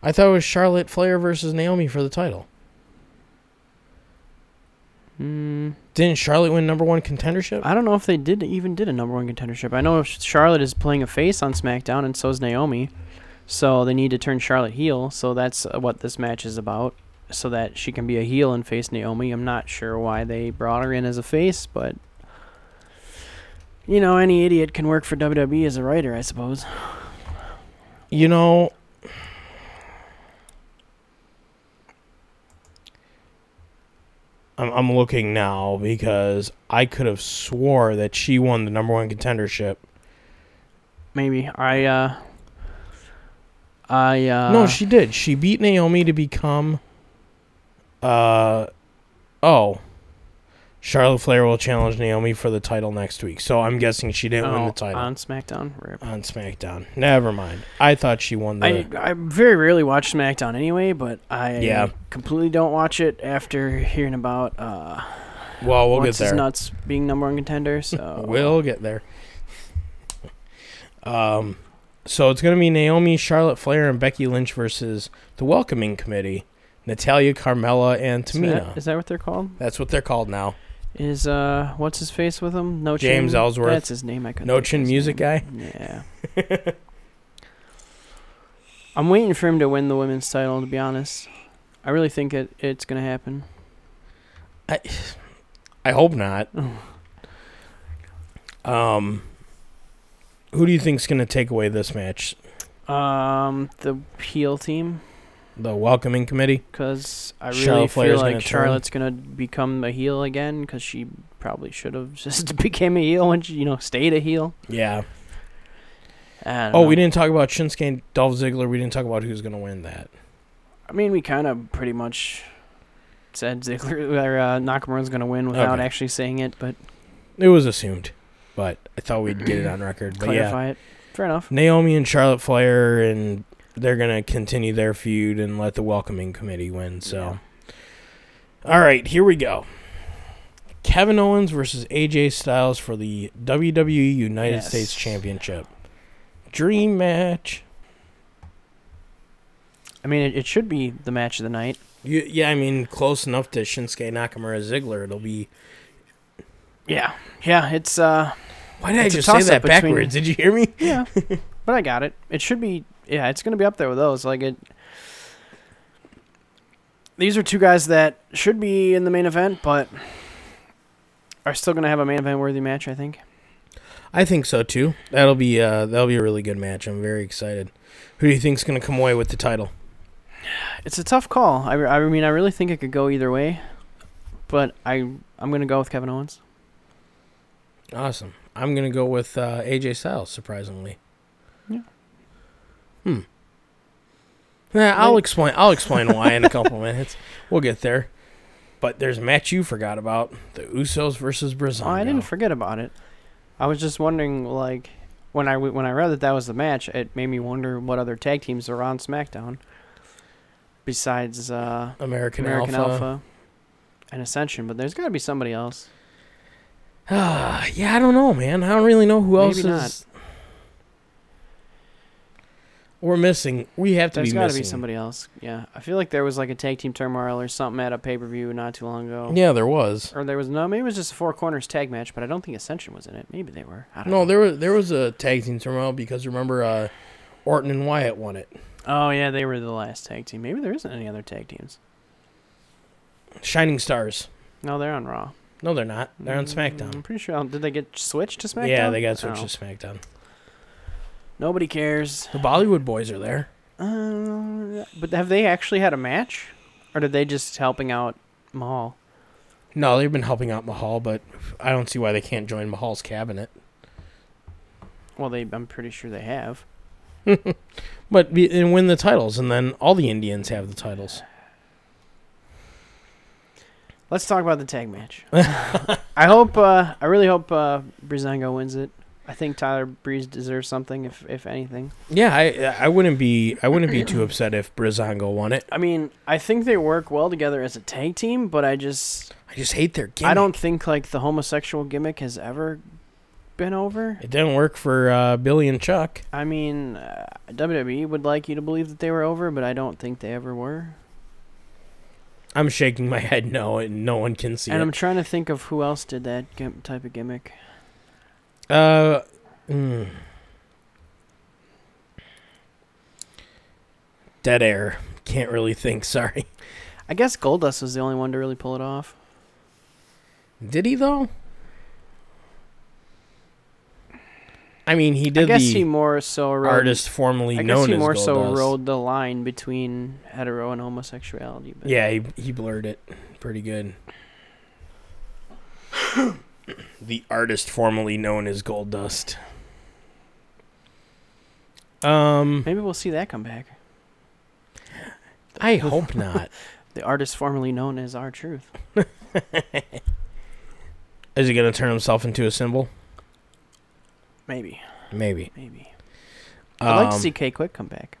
A: I thought it was Charlotte Flair versus Naomi for the title.
B: Mm,
A: Didn't Charlotte win number one contendership?
B: I don't know if they did even did a number one contendership. I know Sh- Charlotte is playing a face on SmackDown, and so is Naomi. So they need to turn Charlotte heel. So that's uh, what this match is about. So that she can be a heel and face Naomi. I'm not sure why they brought her in as a face, but you know, any idiot can work for WWE as a writer, I suppose.
A: You know, I'm, I'm looking now because I could have swore that she won the number one contendership.
B: Maybe I. uh I. uh
A: no, she did. She beat Naomi to become. Uh, oh. Charlotte Flair will challenge Naomi for the title next week. So I'm guessing she didn't win
B: oh,
A: the title
B: on SmackDown. Rip.
A: on SmackDown. Never mind. I thought she won the.
B: I, I very rarely watch SmackDown anyway, but I
A: Yeah.
B: completely don't watch it after hearing about uh,
A: well, we'll get
B: what's his
A: there.
B: nuts being number one contender.
A: *laughs*
B: So
A: We'll get there. Um, so it's going to be Naomi, Charlotte Flair, and Becky Lynch versus the Welcoming Committee, Natalia, Carmella, and
B: is that-
A: Tamina.
B: is that what they're called?
A: That's what they're called now.
B: Is uh, what's his face with him? No chin.
A: James Ellsworth.
B: That's his name. I couldn't.
A: No
B: think of
A: Chin
B: his
A: Music
B: name.
A: Guy.
B: Yeah.
A: *laughs*
B: I'm waiting for him to win the women's title. To be honest, I really think it it's gonna happen. *laughs*
A: I, I hope not. Um, who do you think's going to take away this match?
B: Um, the heel team.
A: The Welcoming Committee.
B: because I really
A: Charlotte
B: feel
A: Flair's gonna
B: like
A: turn.
B: Charlotte's gonna become a heel again because she probably should have *laughs* just became a heel and she, you know stayed a heel.
A: Yeah.
B: I don't
A: Oh,
B: know.
A: we didn't talk about Shinsuke and Dolph Ziggler. We didn't talk about who's going to win that.
B: I mean, we kind of pretty much said Ziggler *laughs* or uh, Nakamura's gonna win without
A: Okay.
B: actually saying it, but
A: It was assumed, but I thought we'd get it on record. But yeah.
B: clarify it. Fair enough.
A: Naomi and Charlotte Flair, and they're gonna continue their feud and let the welcoming committee win. So, all right, here we go. Kevin Owens versus AJ Styles for the WWE United
B: Yes.
A: States Championship. Dream match.
B: I mean, it, it should be the match of the night.
A: You, yeah, I mean, close enough to Shinsuke Nakamura Ziggler. It'll be.
B: Yeah, yeah, it's uh,
A: Why did
B: It's a
A: I just say that
B: toss-up between-
A: backwards? Did you hear me?
B: yeah, but I got it. It should be, yeah, it's gonna be up there with those. Like it. These are two guys that should be in the main event, but are still gonna have a main event worthy match. I think.
A: I think so too. That'll be uh, that'll be a really good match. I'm very excited. Who do you think's gonna come away with the title?
B: It's a tough call. I, re- I mean, I really think it could go either way, but I I'm gonna go with Kevin Owens.
A: Awesome. I'm gonna go with uh, AJ Styles. Surprisingly.
B: Yeah.
A: Hmm. Yeah, I'll explain. I'll explain why in a
B: *laughs*
A: couple minutes. We'll get there. But there's a match you forgot about: the Usos versus Brazil.
B: Oh, I didn't forget about it. I was just wondering, like, when I w- when I read that that was the match, it made me wonder what other tag teams are on SmackDown besides uh,
A: American,
B: American
A: Alpha.
B: Alpha. and Ascension. But there's got to be somebody else.
A: Ah, *sighs* yeah, I don't know, man. I don't really know who else
B: Maybe not.
A: is. We're missing. We have to
B: There's
A: be
B: got to
A: missing.
B: be somebody else. Yeah, I feel like there was like a tag team turmoil or something at a pay per view not too long ago.
A: Yeah, there was.
B: Or there was no, maybe it was just a four corners tag match, but I don't think Ascension was in it. Maybe they were. I don't
A: No,
B: know.
A: there was there was a tag team turmoil because remember uh, Orton and Wyatt won it.
B: Oh yeah, they were the last tag team. Maybe there isn't any other tag teams.
A: Shining Stars.
B: No, they're on Raw. Mm,
A: No, they're not. They're on
B: I'm
A: SmackDown.
B: pretty sure. Did they get switched to Mm-hmm. SmackDown?
A: Yeah, they got switched
B: Oh.
A: to SmackDown.
B: Nobody cares.
A: The Bollywood boys are there.
B: Uh, but have they actually had a match, or did they just helping out Mahal?
A: No, they've been helping out Mahal, but I don't see why they can't join Mahal's cabinet.
B: Well, they. I'm pretty sure they have.
A: But be, and win the titles, and then all the Indians have the titles.
B: Let's talk about the tag
A: *laughs*
B: match. I hope. Uh, I really hope uh, Brizango wins it. I think Tyler Breeze deserves something, if if anything.
A: Yeah, I I wouldn't be I wouldn't be too upset if Brizongo won it.
B: I mean, I think they work well together as a tag team, but I just
A: I just hate their gimmick.
B: I don't think like the homosexual gimmick has ever been over.
A: It didn't work for uh, Billy and Chuck.
B: I mean, uh, WWE would like you to believe that they were over, but I don't think they ever were.
A: I'm shaking my head no, and no one can see
B: And I'm
A: it.
B: trying to think of who else did that gim- type of gimmick.
A: uh, mm. Dead air. Can't really think. *laughs* Sorry.
B: I guess Goldust was the only one to really pull it off.
A: Did he though? I mean, he did
B: I guess
A: the
B: he more so rode,
A: artist formerly
B: I guess
A: known
B: he
A: as
B: more so
A: Goldust.
B: rode the line between hetero and homosexuality. But
A: Yeah, he, he blurred it pretty
B: *coughs*
A: good. the artist formerly known as Gold Dust. Um,
B: maybe we'll see that come back.
A: I hope not.
B: The artist formerly known as R Truth.
A: Is he gonna turn himself into a symbol?
B: Maybe,
A: Maybe.
B: maybe. I'd like to
A: Um,
B: see K Quick come back.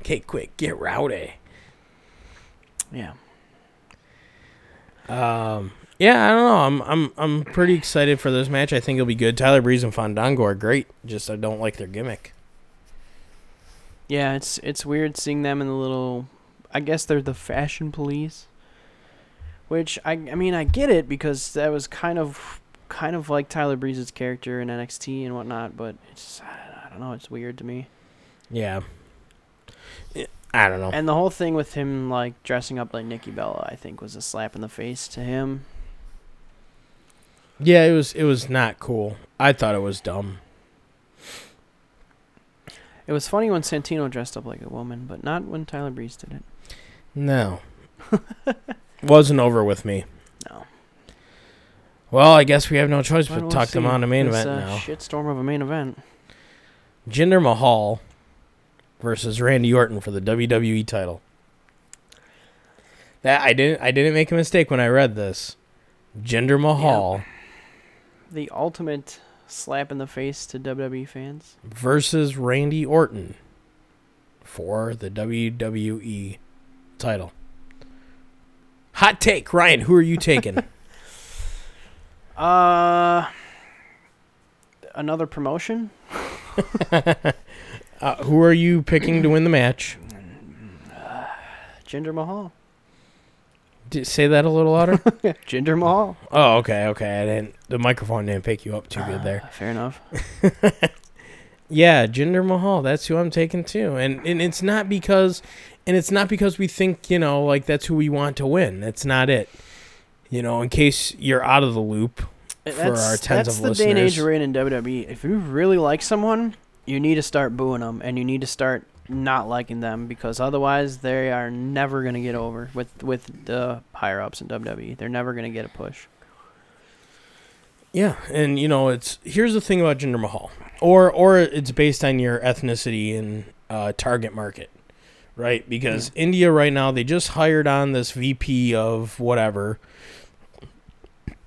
A: Okay, quick, get rowdy.
B: Yeah.
A: Um, yeah, I don't know. I'm I'm I'm pretty excited for this match. I think it'll be good. Tyler Breeze and Fandango are great. Just I don't like their gimmick.
B: Yeah, it's it's weird seeing them in the little. I guess they're the fashion police. Which I I mean I get it because that was kind of kind of like Tyler Breeze's character in NXT and whatnot, but it's I don't know it's weird to me.
A: Yeah. I don't know.
B: And the whole thing with him like dressing up like Nikki Bella, I think, was a slap in the face to him.
A: Yeah, it was it was not cool. I thought it was dumb.
B: It was funny when Santino dressed up like a woman, but not when Tyler Breeze did it. *laughs*
A: No. Wasn't over with me.
B: No.
A: Well, I guess we have no choice but
B: Well,
A: to
B: we'll
A: talk them
B: see.
A: on a main
B: This,
A: event
B: uh,
A: now.
B: Shitstorm of a main event.
A: Jinder Mahal versus Randy Orton for the WWE title. That I didn't I didn't make a mistake when I read this. Jinder Mahal
B: The ultimate slap in the face to WWE fans.
A: versus Randy Orton for the WWE title. Hot take, Ryan, who are you *laughs* taking?
B: Uh, another promotion.
A: Uh, who are you picking to win the match?
B: Jinder Mahal.
A: D say that a little louder.
B: Jinder Mahal.
A: *laughs* oh, okay, okay. I didn't. The microphone didn't pick you up too good there.
B: Ah, Fair enough.
A: Yeah, Jinder Mahal. That's who I'm taking too, and and it's not because, and it's not because we think you know like that's who we want to win. That's not it. You know, in case you're out of the loop,
B: That's,
A: our tens
B: that's
A: of
B: the day and age
A: listeners.
B: we're in in WWE. If you really like someone, you need to start booing them, and you need to start not liking them because otherwise they are never gonna get over with with the higher ups in WWE. They're never gonna get a push.
A: Yeah, and you know it's here's the thing about Jinder Mahal, or or it's based on your ethnicity and uh, target market, right? Because India right now they just hired on this VP of whatever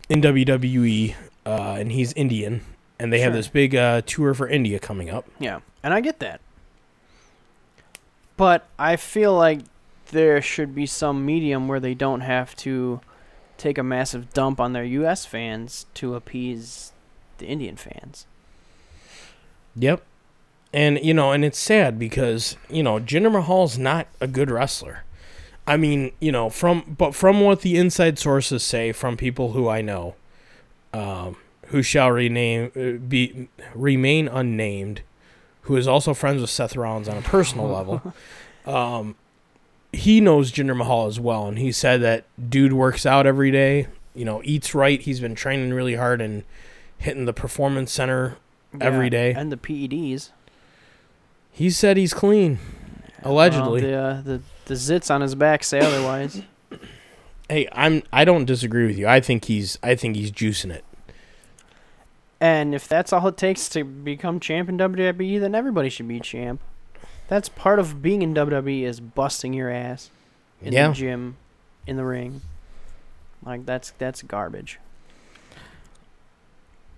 A: in WWE, uh, and he's Indian, and they have
B: Sure.
A: this big uh, tour for India coming up.
B: Yeah, and I get that. But I feel like there should be some medium where they don't have to take a massive dump on their U.S. fans to appease the Indian fans.
A: Yep, and you know, and it's sad because you know Jinder Mahal's not a good wrestler. I mean, you know, from but from what the inside sources say, from people who I know, um, who shall rename uh, be remain unnamed, who is also friends with Seth Rollins on a personal level. Um, he knows Jinder Mahal as well, and he said that dude works out every day. You know, eats right. He's been training really hard and hitting the performance center every
B: Yeah,
A: day.
B: And the E PEDs.
A: He said he's clean, allegedly.
B: Well, the, uh, the the zits on his back say *laughs* otherwise.
A: hey, I'm I don't disagree with you. I think he's I think he's juicing it.
B: and if that's all it takes to become champ in WWE, then everybody should be champ. That's part of being in WWE is busting your ass in
A: Yeah.
B: the gym, in the ring. Like that's that's garbage.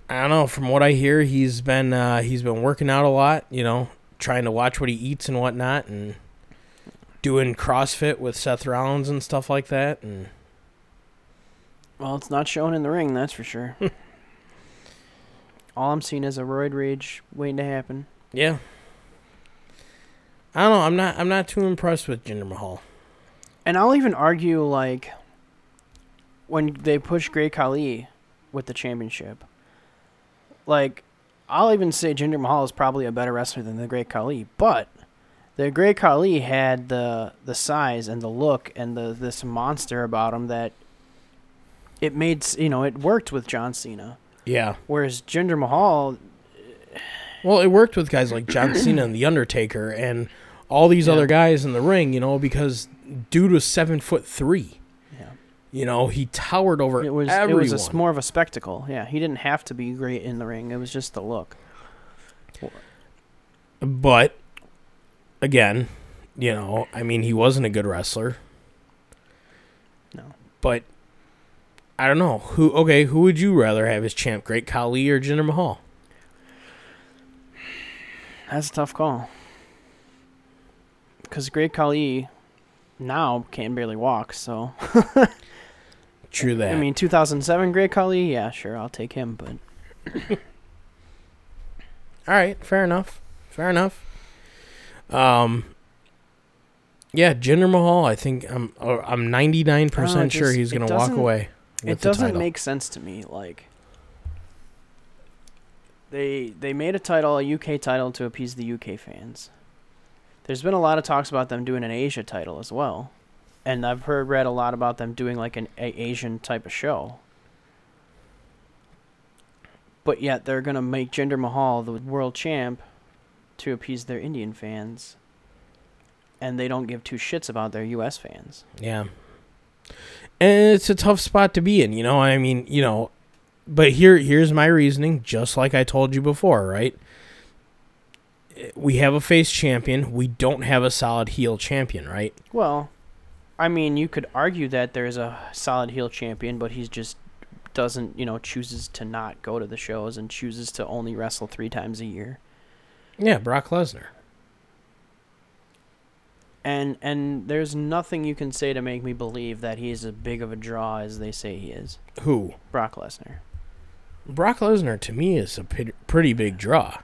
A: I don't know. From what I hear, he's been uh, he's been working out a lot. You know, trying to watch what he eats and whatnot, and doing CrossFit with Seth Rollins and stuff like that. And
B: Well, it's not shown in the ring, that's for *laughs* sure. all I'm seeing is a roid rage waiting to happen.
A: yeah, I don't know. I'm not I'm not too impressed with Jinder Mahal.
B: And I'll even argue like when they push Grey Khali with the championship. Like I'll even say Jinder Mahal is probably a better wrestler than the Great Khali, but the Great Khali had the the size and the look and the this monster about him that it made s- you know it worked with John Cena,
A: Yeah.
B: whereas Jinder Mahal
A: Well, it worked with guys like John Cena and The Undertaker and all these
B: Yeah.
A: other guys in the ring. You know, because dude was seven foot three.
B: Yeah.
A: You know, he towered over
B: it was
A: everyone.
B: it was a s- more of a spectacle. Yeah, he didn't have to be great in the ring; it was just the look.
A: But again, you know, I mean, he wasn't a good wrestler.
B: No.
A: But I don't know who. Okay, who would you rather have as champ, Great Khali or Jinder Mahal?
B: That's a tough call. Because Great Khali now can barely walk, so.
A: True that.
B: I mean, 2007 Great Khali, yeah, sure, I'll take him, but.
A: all right, fair enough, fair enough. Um. Yeah, Jinder Mahal. I think I'm. uh, I'm 99
B: I don't know,
A: percent sure
B: just-
A: he's
B: Oh, it
A: gonna walk
B: doesn't-
A: away. with
B: it
A: the
B: doesn't
A: title.
B: make sense to me. Like. They, they made a title, a UK title, to appease the UK fans. There's been a lot of talks about them doing an Asia title as well. And I've heard, read a lot about them doing like an a- Asian type of show. But yet they're gonna make Jinder Mahal the world champ to appease their Indian fans, and they don't give two shits about their U.S. fans.
A: Yeah. And it's a tough spot to be in, you know. I mean, you know, but here here's my reasoning, just like I told you before, right? We have a face champion, we don't have a solid heel champion, right?
B: Well, I mean, you could argue that there's a solid heel champion, but he's just doesn't, you know, chooses to not go to the shows and chooses to only wrestle three times a year.
A: Yeah, Brock Lesnar.
B: And and there's nothing you can say to make me believe that he is as big of a draw as they say he is.
A: Who?
B: Brock Lesnar.
A: Brock Lesnar to me is a pit- pretty big draw.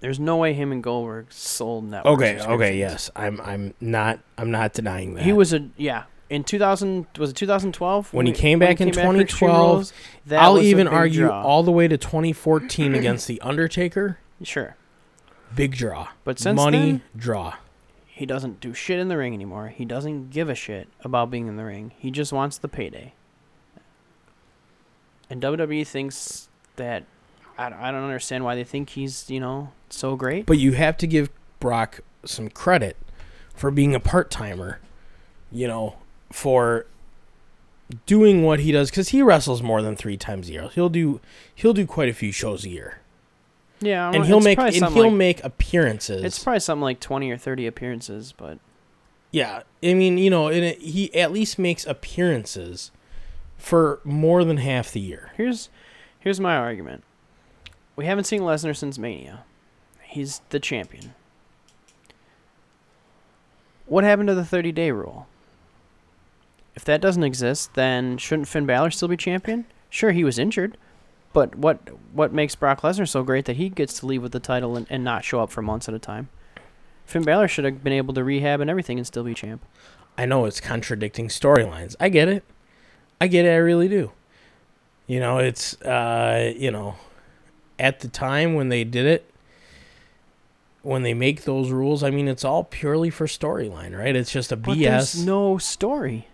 B: There's no way him and Goldberg sold network.
A: Okay, okay,
B: subscriptions.
A: yes. I'm I'm not I'm not denying that.
B: He was a yeah. In 2000 was it 2012
A: When he came back in
B: for Extreme
A: 2012,
B: Rules, that
A: I'll
B: was a
A: even
B: big
A: argue
B: draw.
A: all the way to 2014 against the Undertaker.
B: sure,
A: Big draw.
B: but since
A: Money
B: then
A: draw.
B: he doesn't do shit in the ring anymore. He doesn't give a shit about being in the ring. He just wants the payday. And WWE thinks that I, I don't understand why they think he's you know so great.
A: But you have to give Brock some credit for being a part timer, you know, for doing what he does because he wrestles more than three times a year. He'll do he'll do quite a few shows a year,
B: Yeah,
A: and he'll
B: it's
A: make
B: probably
A: and
B: something
A: he'll
B: like,
A: make appearances.
B: it's probably something like twenty or thirty appearances, but
A: yeah, I mean, you know, and it, he at least makes appearances for more than half the year.
B: Here's here's my argument. We haven't seen Lesnar since Mania. He's the champion. What happened to the 30 day rule? If that doesn't exist, then shouldn't Finn Balor still be champion? Sure, he was injured, but what what makes Brock Lesnar so great that he gets to leave with the title and, and not show up for months at a time? Finn Balor should have been able to rehab and everything and still be champ.
A: I know it's contradicting storylines. I get it. I get it. I really do. You know, it's uh, you know, at the time when they did it, when they make those rules, I mean, it's all purely for storyline, right? It's just a
B: But
A: BS.
B: there's no story.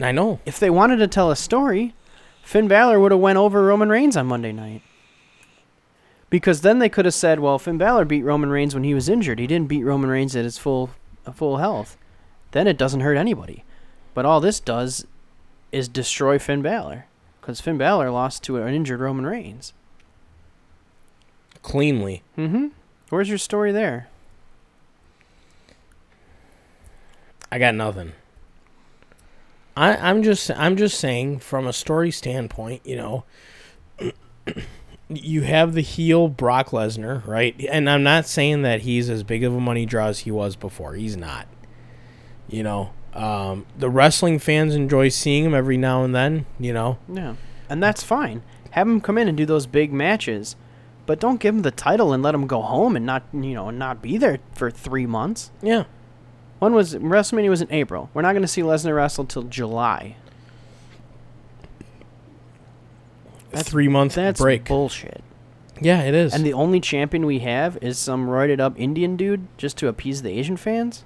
A: I know.
B: if they wanted to tell a story, Finn Balor would have went over Roman Reigns on Monday night. Because then they could have said, "Well, Finn Balor beat Roman Reigns when he was injured. He didn't beat Roman Reigns at his full uh, full health. Then it doesn't hurt anybody." But all this does is destroy Finn Balor because Finn Balor lost to an injured Roman Reigns.
A: Cleanly.
B: Mm-hmm. Where's your story there?
A: I got nothing. I, I'm just I'm just saying from a story standpoint, you know, you have the heel Brock Lesnar, right? And I'm not saying that he's as big of a money draw as he was before. He's not. You know, um, the wrestling fans enjoy seeing him every now and then. You know,
B: Yeah. And that's fine. Have him come in and do those big matches, but don't give him the title and let him go home and not, you know, not be there for 3 months.
A: yeah.
B: When was WrestleMania was in April. We're not going to see Lesnar wrestle till July. That's-
A: Three month
B: That's
A: break.
B: bullshit.
A: yeah, it is.
B: And the only champion we have is some roided up Indian dude just to appease the Asian fans.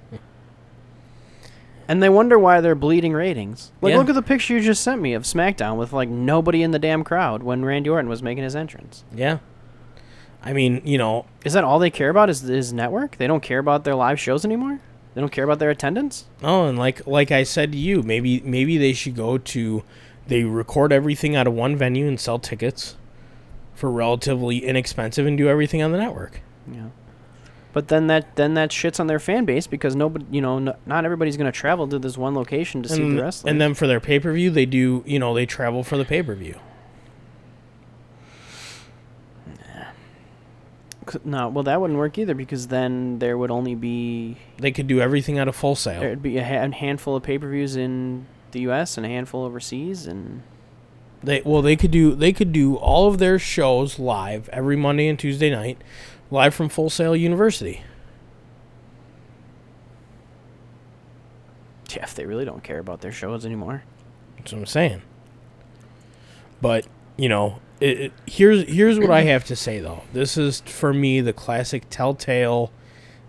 B: And they wonder why they're bleeding ratings. Like,
A: Yeah.
B: look at the picture you just sent me of SmackDown with like nobody in the damn crowd when Randy Orton was making his entrance.
A: yeah. I mean, you know,
B: Is that all they care about? Is is network? They don't care about their live shows anymore. They don't care about their attendance.
A: Oh, and like like I said to you, maybe maybe they should go to they record everything out of one venue and sell tickets for relatively inexpensive and do everything on the network.
B: Yeah. But then that then that shits on their fan base because nobody, you know, n- not everybody's gonna travel to this one location to see
A: And,
B: the wrestling.
A: and then for their pay per view, they do you know they travel for the pay per view.
B: C- no, well that wouldn't work either because then there would only be
A: They could do everything out of full sale.
B: there'd be a ha- handful of pay per views in the U.S. and a handful overseas, and
A: They well they could do they could do all of their shows live every Monday and Tuesday night, live from Full Sail University.
B: yeah, if they really don't care about their shows anymore.
A: That's what I'm saying. But you know, it, it- here's here's what I have to say though. This is for me the classic telltale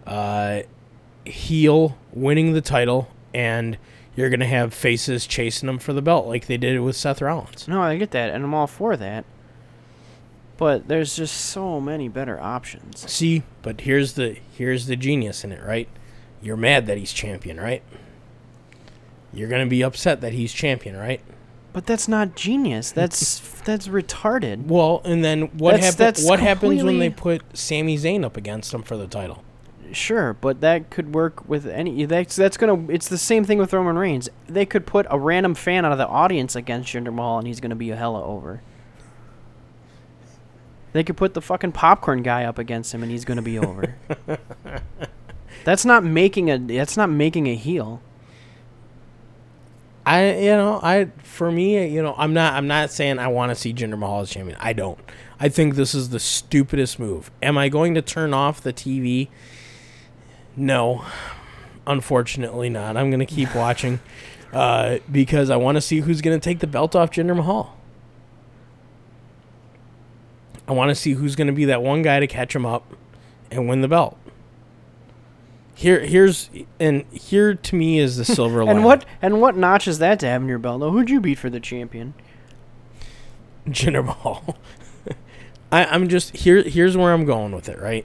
A: uh, heel winning the title, and you're gonna have faces chasing them for the belt like they did with Seth Rollins.
B: No, I get that, and I'm all for that. But there's just so many better options.
A: See, but here's the here's the genius in it, right? You're mad that he's champion, right? You're gonna be upset that he's champion, right?
B: But that's not genius.
A: *laughs*
B: That's that's retarded.
A: Well, and then what
B: That's-
A: happens?
B: that's
A: what happens when they
B: completely-
A: put Sami Zayn up against him for the title?
B: Sure, but that could work with any. That's that's gonna. It's the same thing with Roman Reigns. They could put a random fan out of the audience against Jinder Mahal, and he's gonna be a hella over. They could put the fucking popcorn guy up against him, and he's gonna be over. that's not making a. That's not making a heel.
A: I you know I for me you know I'm not I'm not saying I want to see Jinder Mahal as champion. I don't. I think this is the stupidest move. Am I going to turn off the TV? No, unfortunately not. I'm going to
B: *laughs*
A: keep watching uh, because I want to see who's going to take the belt off Jinder Mahal. I want to see who's going to be that one guy to catch him up and win the belt. Here, here's and here to me
B: *laughs*
A: is the silver lining.
B: And what and what notch is that to have in your belt? Now, who'd you beat for the champion?
A: Jinder Mahal. *laughs* I, I'm just here. Here's where I'm going with it. Right,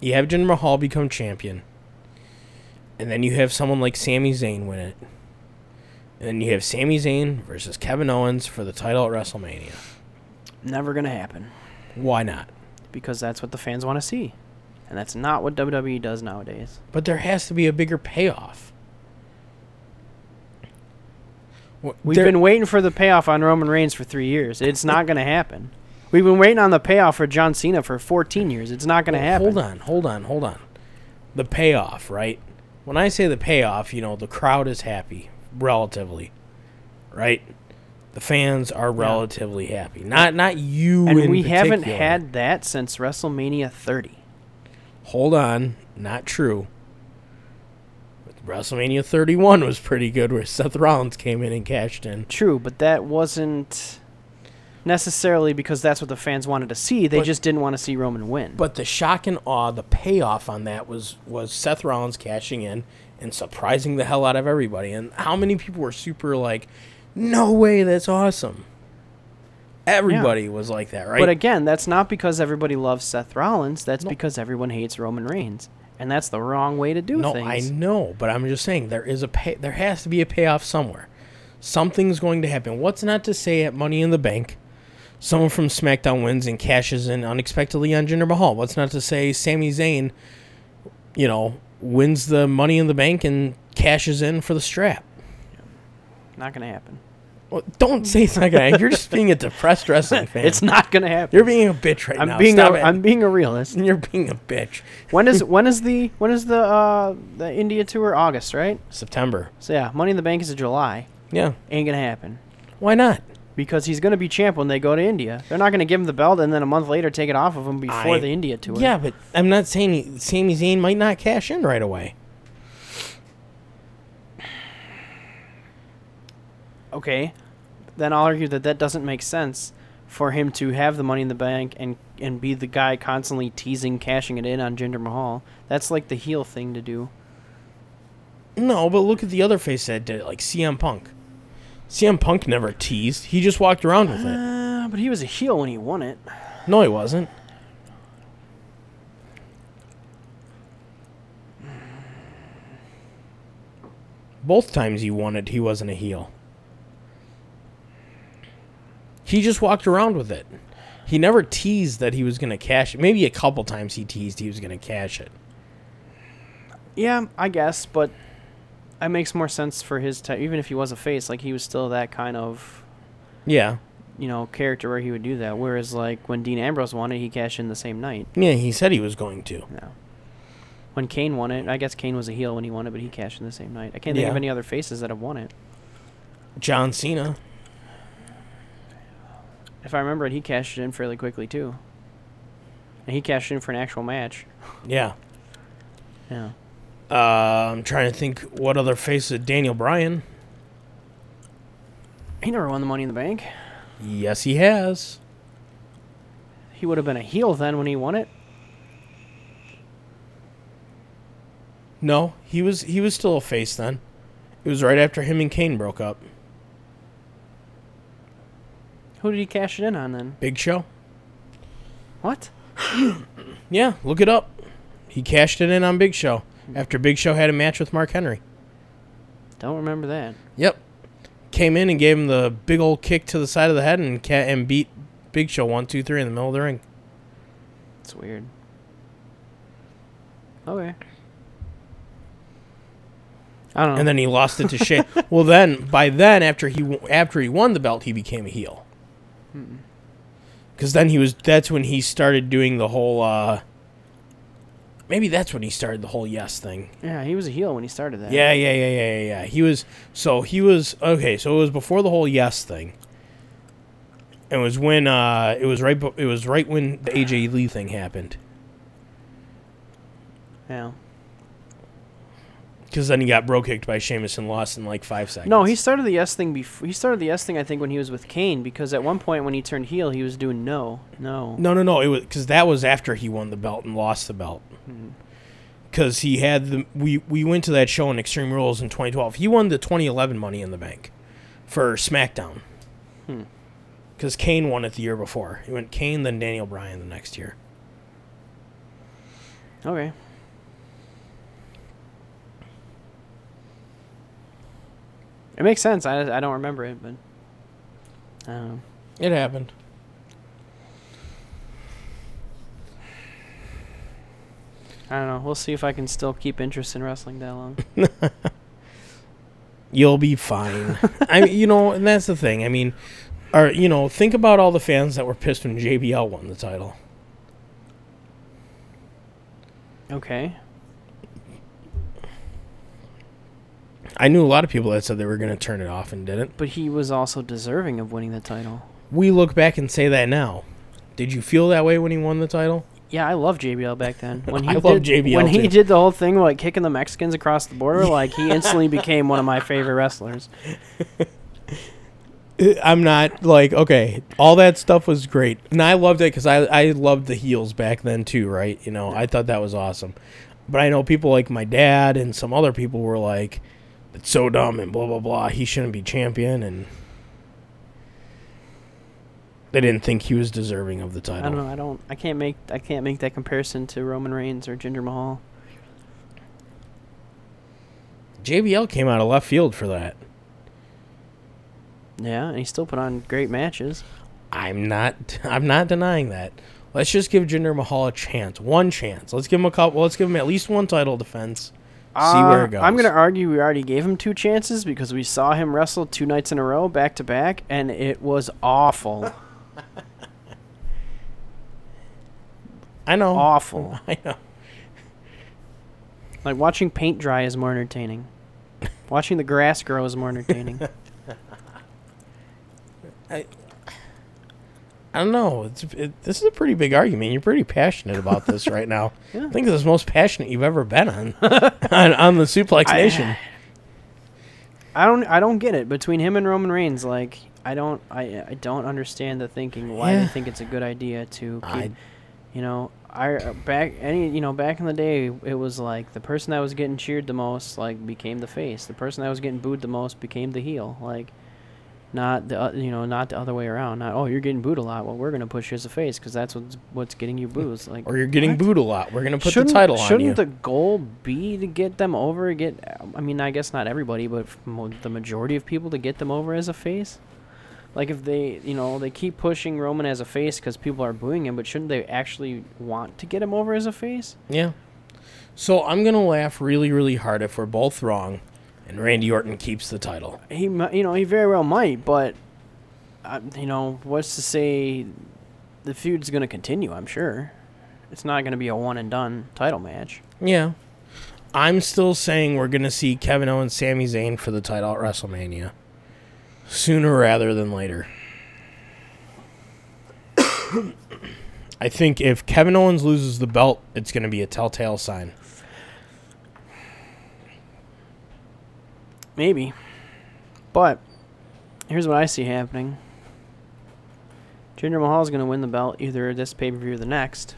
A: you have Jinder Mahal become champion, and then you have someone like Sami Zayn win it, and then you have Sami Zayn versus Kevin Owens for the title at WrestleMania.
B: Never gonna happen
A: Why not?
B: because that's what the fans want to see, and that's not what WWE does nowadays.
A: But there has to be a bigger payoff. Wh-
B: We've
A: there-
B: been waiting for the payoff on Roman Reigns for three years. It's not gonna happen. We've been waiting on the payoff for John Cena for 14 years. It's not gonna
A: Well,
B: happen.
A: Hold on, hold on, hold on. The payoff, right? When I say the payoff, you know, the crowd is happy, relatively, right? The fans are relatively happy. Not not you.
B: And
A: in
B: we haven't
A: particular.
B: had that since WrestleMania 30.
A: Hold on, not true. But WrestleMania 31 was pretty good, where Seth Rollins came in and cashed in.
B: True, but that wasn't necessarily because that's what the fans wanted to see. They
A: But-
B: just didn't want to see Roman win.
A: But the shock and awe, the payoff on that was was Seth Rollins cashing in and surprising the hell out of everybody. And how many people were super like, "No way, that's awesome." Everybody was like that, right?
B: But again, that's not because everybody loves Seth Rollins. That's
A: No.
B: because everyone hates Roman Reigns, and that's the wrong way to do
A: no,
B: things.
A: I know, but I'm just saying there is a pay, there has to be a payoff somewhere. Something's going to happen. What's not to say at Money in the Bank, someone from SmackDown wins and cashes in unexpectedly on Jinder Mahal. What's not to say Sami Zayn, you know, wins the Money in the Bank and cashes in for the strap.
B: not gonna happen.
A: Well, don't say it's not gonna. You're just being a depressed
B: *laughs*
A: wrestling fan.
B: It's not gonna happen.
A: You're being a bitch right
B: I'm
A: now.
B: being a,
A: Stop it.
B: I'm being a
A: *laughs*
B: realist.
A: You're being a bitch.
B: when is when is the when is the uh, the India tour August right?
A: September.
B: So yeah, Money in the Bank is in July.
A: Yeah.
B: Ain't gonna happen
A: Why not?
B: because he's gonna be champ when they go to India. They're not gonna give him the belt and then a month later take it off of him before
A: I-
B: the India tour.
A: Yeah, but I'm not saying he- Sami Zayn might not cash in right away.
B: Okay. Then I'll argue that that doesn't make sense for him to have the money in the bank and and be the guy constantly teasing cashing it in on Jinder Mahal. That's like the heel thing to do.
A: No, but look at the other face that did it, like CM Punk. CM Punk never teased. He just walked around with it.
B: Uh, but he was a heel when he won it.
A: No, he wasn't. Both times he won it, he wasn't a heel. He just walked around with it. He never teased that he was going to cash it. Maybe a couple times he teased he was going to cash it.
B: Yeah, I guess, but it makes more sense for his type. Even if he was a face, like he was still that kind of
A: Yeah.
B: you know character where he would do that. Whereas like when Dean Ambrose won it, he cashed in the same night.
A: Yeah, he said he was going to.
B: No. When Kane won it, I guess Kane was a heel when he won it, but he cashed in the same night. I can't think of
A: Yeah.
B: any other faces that have won it.
A: John Cena.
B: If I remember it, he cashed it in fairly quickly too. And he cashed in for an actual match.
A: Yeah.
B: Yeah.
A: Uh, I'm trying to think what other face is Daniel Bryan.
B: He never won the Money in the Bank.
A: Yes, he has.
B: He would have been a heel then when he won it.
A: No, he was he was still a face then. It was right after him and Kane broke up.
B: Who did he cash it in on then?
A: Big Show.
B: What?
A: Yeah, look it up. He cashed it in on Big Show after Big Show had a match with Mark Henry.
B: Don't remember that.
A: Yep. Came in and gave him the big old kick to the side of the head and ca- and beat Big Show one two three in the middle of the ring.
B: It's weird. Okay. I don't know.
A: And then he lost it to
B: *laughs*
A: Shane. well, then by then after he w- after he won the belt, he became a heel.
B: Hmm.
A: Because then he was. That's when he started doing the whole. uh Maybe that's when he started the whole yes thing.
B: yeah, he was a heel when he started that.
A: Yeah, yeah, yeah, yeah, yeah, yeah. He was so he was okay. So it was before the whole yes thing, It was when uh, it was right. bef- It was right when the AJ Lee thing happened.
B: Yeah.
A: Because then he got bro kicked by Sheamus and lost in like five seconds.
B: No, he started the S thing before. He started the S thing, I think, when he was with Kane, because at one point when he turned heel, he was doing no, no.
A: no, no, no. It was because that was after he won the belt and lost the belt. Because he had the we we went to that show in Extreme Rules in 2012. He won the 2011 Money in the Bank for SmackDown.
B: Hmm.
A: Because Kane won it the year before. He went Kane then Daniel Bryan the next year.
B: Okay. It makes sense. I, I don't remember it, but I don't know.
A: It happened.
B: I don't know. We'll see if I can still keep interest in wrestling that
A: *laughs*
B: long.
A: You'll be fine. I mean, you know, and that's the thing. I mean, or you know, think about all the fans that were pissed when JBL won the title.
B: okay.
A: I knew a lot of people that said they were going to turn it off and didn't.
B: But he was also deserving of winning the title.
A: we look back and say that now. Did you feel that way when he won the title?
B: Yeah, I loved JBL
A: *laughs*
B: back then. When he
A: I
B: did,
A: loved JBL
B: when he
A: too.
B: did the whole thing like kicking the Mexicans across the
A: *laughs*
B: border, like he instantly became one of my favorite wrestlers.
A: I'm not like okay. All that stuff was great, and I loved it because I I loved the heels back then too, right? You know, I thought that was awesome. But I know people like my dad and some other people were like, "It's so dumb" and blah blah blah. He shouldn't be champion, and they didn't think he was deserving of the
B: I
A: title.
B: don't know. I don't. I can't make. I can't make that comparison to Roman Reigns or Jinder Mahal.
A: JBL came out of left field for that.
B: Yeah, and he still put on great matches.
A: I'm not *laughs* I'm not denying that. Let's just give Jinder Mahal a chance, one chance. Let's give him a couple. Let's give him at least one title defense. See where it
B: Uh, I'm
A: goes.
B: gonna argue we already gave him two chances because we saw him wrestle two nights in a row, back to back, and it was
A: *laughs*
B: awful,
A: I know.
B: awful.
A: *laughs* I know.
B: Like watching paint dry is more entertaining. Watching the grass grow is
A: *laughs*
B: more entertaining.
A: I don't know. It's it, this is a pretty big argument. You're pretty passionate about
B: *laughs*
A: this right now.
B: Yeah.
A: I think this is the most passionate you've ever been on *laughs* on, on the Suplex
B: I- *sighs*
A: Nation.
B: I don't I don't get it between him and Roman Reigns like I don't I I don't understand the thinking why
A: Yeah.
B: they think it's a good idea to keep,
A: I-
B: you know I uh, back any you know back in the day it was like the person that was getting cheered the most like became the face the person that was getting booed the most became the heel like not the uh, you know not the other way around not oh you're getting booed a lot well we're gonna push you as a face because that's what's what's getting you booed like
A: Or you're getting
B: what?
A: booed a lot. We're gonna put
B: shouldn't,
A: the title on
B: shouldn't
A: you.
B: the goal be to get them over? Get I mean, I guess not everybody, but f- mo- the majority of people to get them over as a face. Like if they, you know, they keep pushing Roman as a face because people are booing him, but shouldn't they actually want to get him over as a face?
A: yeah. So I'm gonna laugh really, really hard if we're both wrong, and Randy Orton keeps the title.
B: He, mi- you know, he very well might, but uh, you know, what's to say the feud's going to continue? I'm sure it's not going to be a one and done title match.
A: Yeah. I'm still saying we're going to see Kevin Owens, Sami Zayn for the title at WrestleMania. Sooner rather than later. *coughs* I think if Kevin Owens loses the belt, it's going to be a telltale sign.
B: Maybe. But here's what I see happening. Jinder Mahal's going to win the belt either this pay-per-view or the next.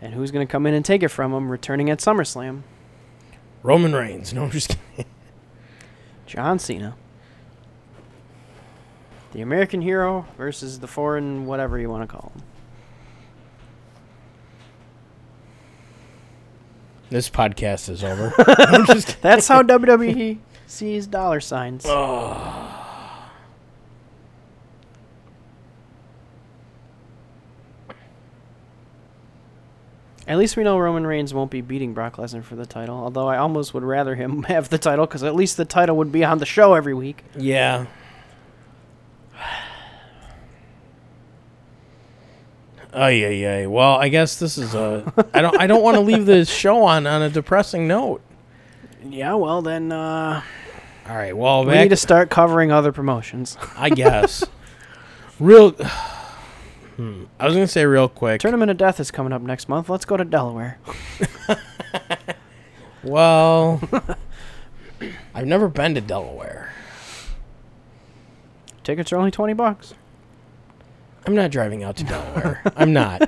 B: And who's going to come in and take it from him returning at SummerSlam?
A: Roman Reigns. No, I'm just kidding. *laughs*
B: John Cena. The American hero versus the foreign whatever you want to call him.
A: This podcast is over. *laughs* I'm just kidding.
B: That's *laughs* how WWE sees dollar signs. At least we know Roman Reigns won't be beating Brock Lesnar for the title, although I almost would rather him *laughs* have the title because at least the title would be on the show every week.
A: Yeah. Oh yeah, yeah. Well, I guess this is a. I don't. I don't
B: *laughs*
A: want to leave this show on on a depressing note.
B: Yeah, well, then uh,
A: All right. Well,
B: we
A: *laughs*
B: need
A: back.
B: to start covering other promotions.
A: I guess. Real. *sighs* Hmm. I was gonna say real quick.
B: *laughs* Tournament of Death is coming up next month. Let's go to Delaware. *laughs*
A: Well, I've never been to Delaware.
B: Tickets are only 20 bucks.
A: I'm not driving out to Delaware. I'm not.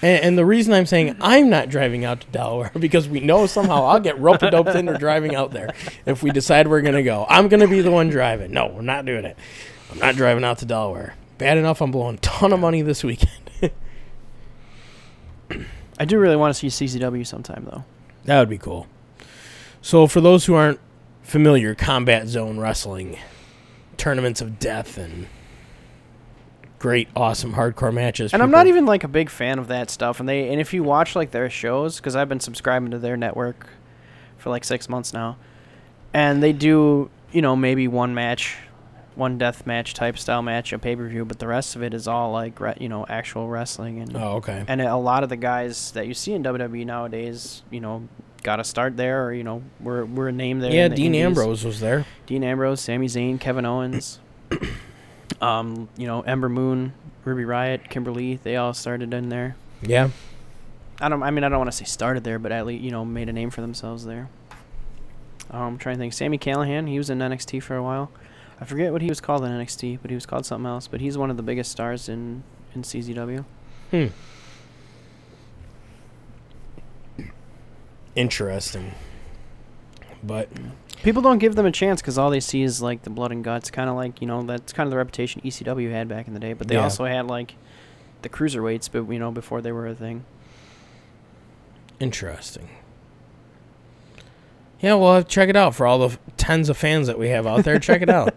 A: And, and the reason I'm saying I'm not driving out to Delaware *laughs* because we know somehow I'll get rope a doped into driving out there if we decide we're gonna go. I'm gonna be the one driving. No, we're not doing it. I'm not driving out to Delaware. Bad enough I'm blowing a ton of money this *laughs* weekend.
B: I do really want to see CCW sometime though.
A: That would be cool. So, for those who aren't familiar, Combat Zone Wrestling, tournaments of death, and great, awesome hardcore matches.
B: And I'm
A: People-
B: not even like a big fan of that stuff. And they and if you watch like their shows, because I've been subscribing to their network for like six months now, and they do you know maybe one match, one death match type style match, a pay per view, but the rest of it is all like re- you know actual wrestling and
A: Oh, okay.
B: and a lot of the guys that you see in WWE nowadays, you know, got to start there or you know we're we're a name there.
A: Yeah,
B: in the
A: Dean
B: indies.
A: Ambrose was there.
B: Dean Ambrose, Sami Zayn, Kevin Owens, *coughs* um, you know, Ember Moon, Ruby Riot, Kimberly, they all started in there.
A: Yeah.
B: I don't I mean I don't want to say started there, but at least you know, made a name for themselves there. Um, I'm trying to think. Sammy Callahan, he was in NXT for a while. I forget what he was called in NXT, but he was called something else. But he's one of the biggest stars in in CZW.
A: Hmm. Interesting. But
B: People don't give them a chance because all they see is like the blood and guts, kind of like you know that's kind of the reputation ECW had back in the day. But they
A: Yeah.
B: also had like the cruiserweights, but you know before they were a thing.
A: interesting. Yeah, well, check it out for all the f- tens of fans that we have out there. Check it *laughs* out.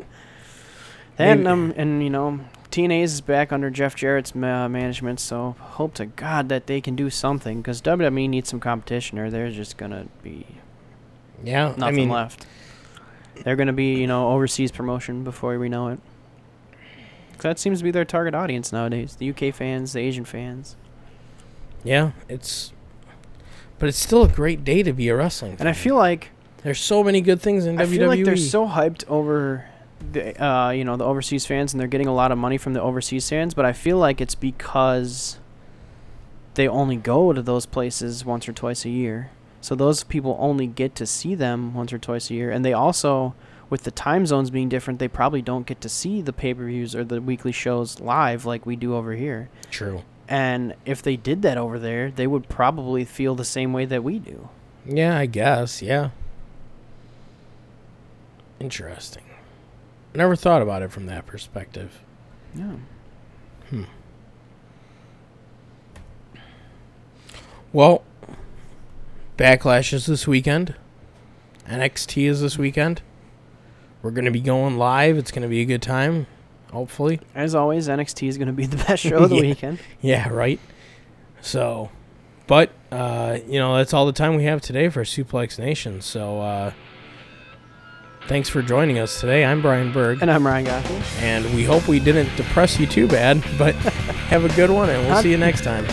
B: That and,
A: Maybe-
B: um, and you know, TNA's is back under Jeff Jarrett's ma- uh, management, so hope to God that they can do something because WWE E needs some competition, or they're just gonna be
A: Yeah,
B: nothing
A: I mean,
B: left. They're gonna be you know overseas promotion before we know it. 'Cause That seems to be their target audience nowadays: the UK fans, the Asian fans.
A: Yeah, it's. But it's still a great day to be a wrestling.
B: And I
A: fan.
B: feel like
A: there's so many good things in
B: I
A: WWE.
B: feel like
A: E.
B: they're so hyped over the uh, you know the overseas fans, and they're getting a lot of money from the overseas fans. But I feel like it's because they only go to those places once or twice a year. So those people only get to see them once or twice a year, and they also, with the time zones being different, they probably don't get to see the pay per views or the weekly shows live like we do over here.
A: true.
B: And if they did that over there, they would probably feel the same way that we do.
A: Yeah, I guess. Yeah. Interesting. I never thought about it from that perspective.
B: Yeah.
A: Well, Backlash is this weekend. NXT is this weekend. We're going to be going live. It's going to be a good time, hopefully.
B: As always, NXT is going to be the *laughs* best show of the
A: Yeah.
B: weekend.
A: Yeah, right. So, but uh, you know that's all the time we have today for Suplex Nation. So, uh, thanks for joining us today. I'm Brian Berg,
B: And I'm Ryan
A: *laughs*
B: Gotti.
A: and we hope we didn't depress you too bad. But have a good one, and we'll
B: Not-
A: see you next time.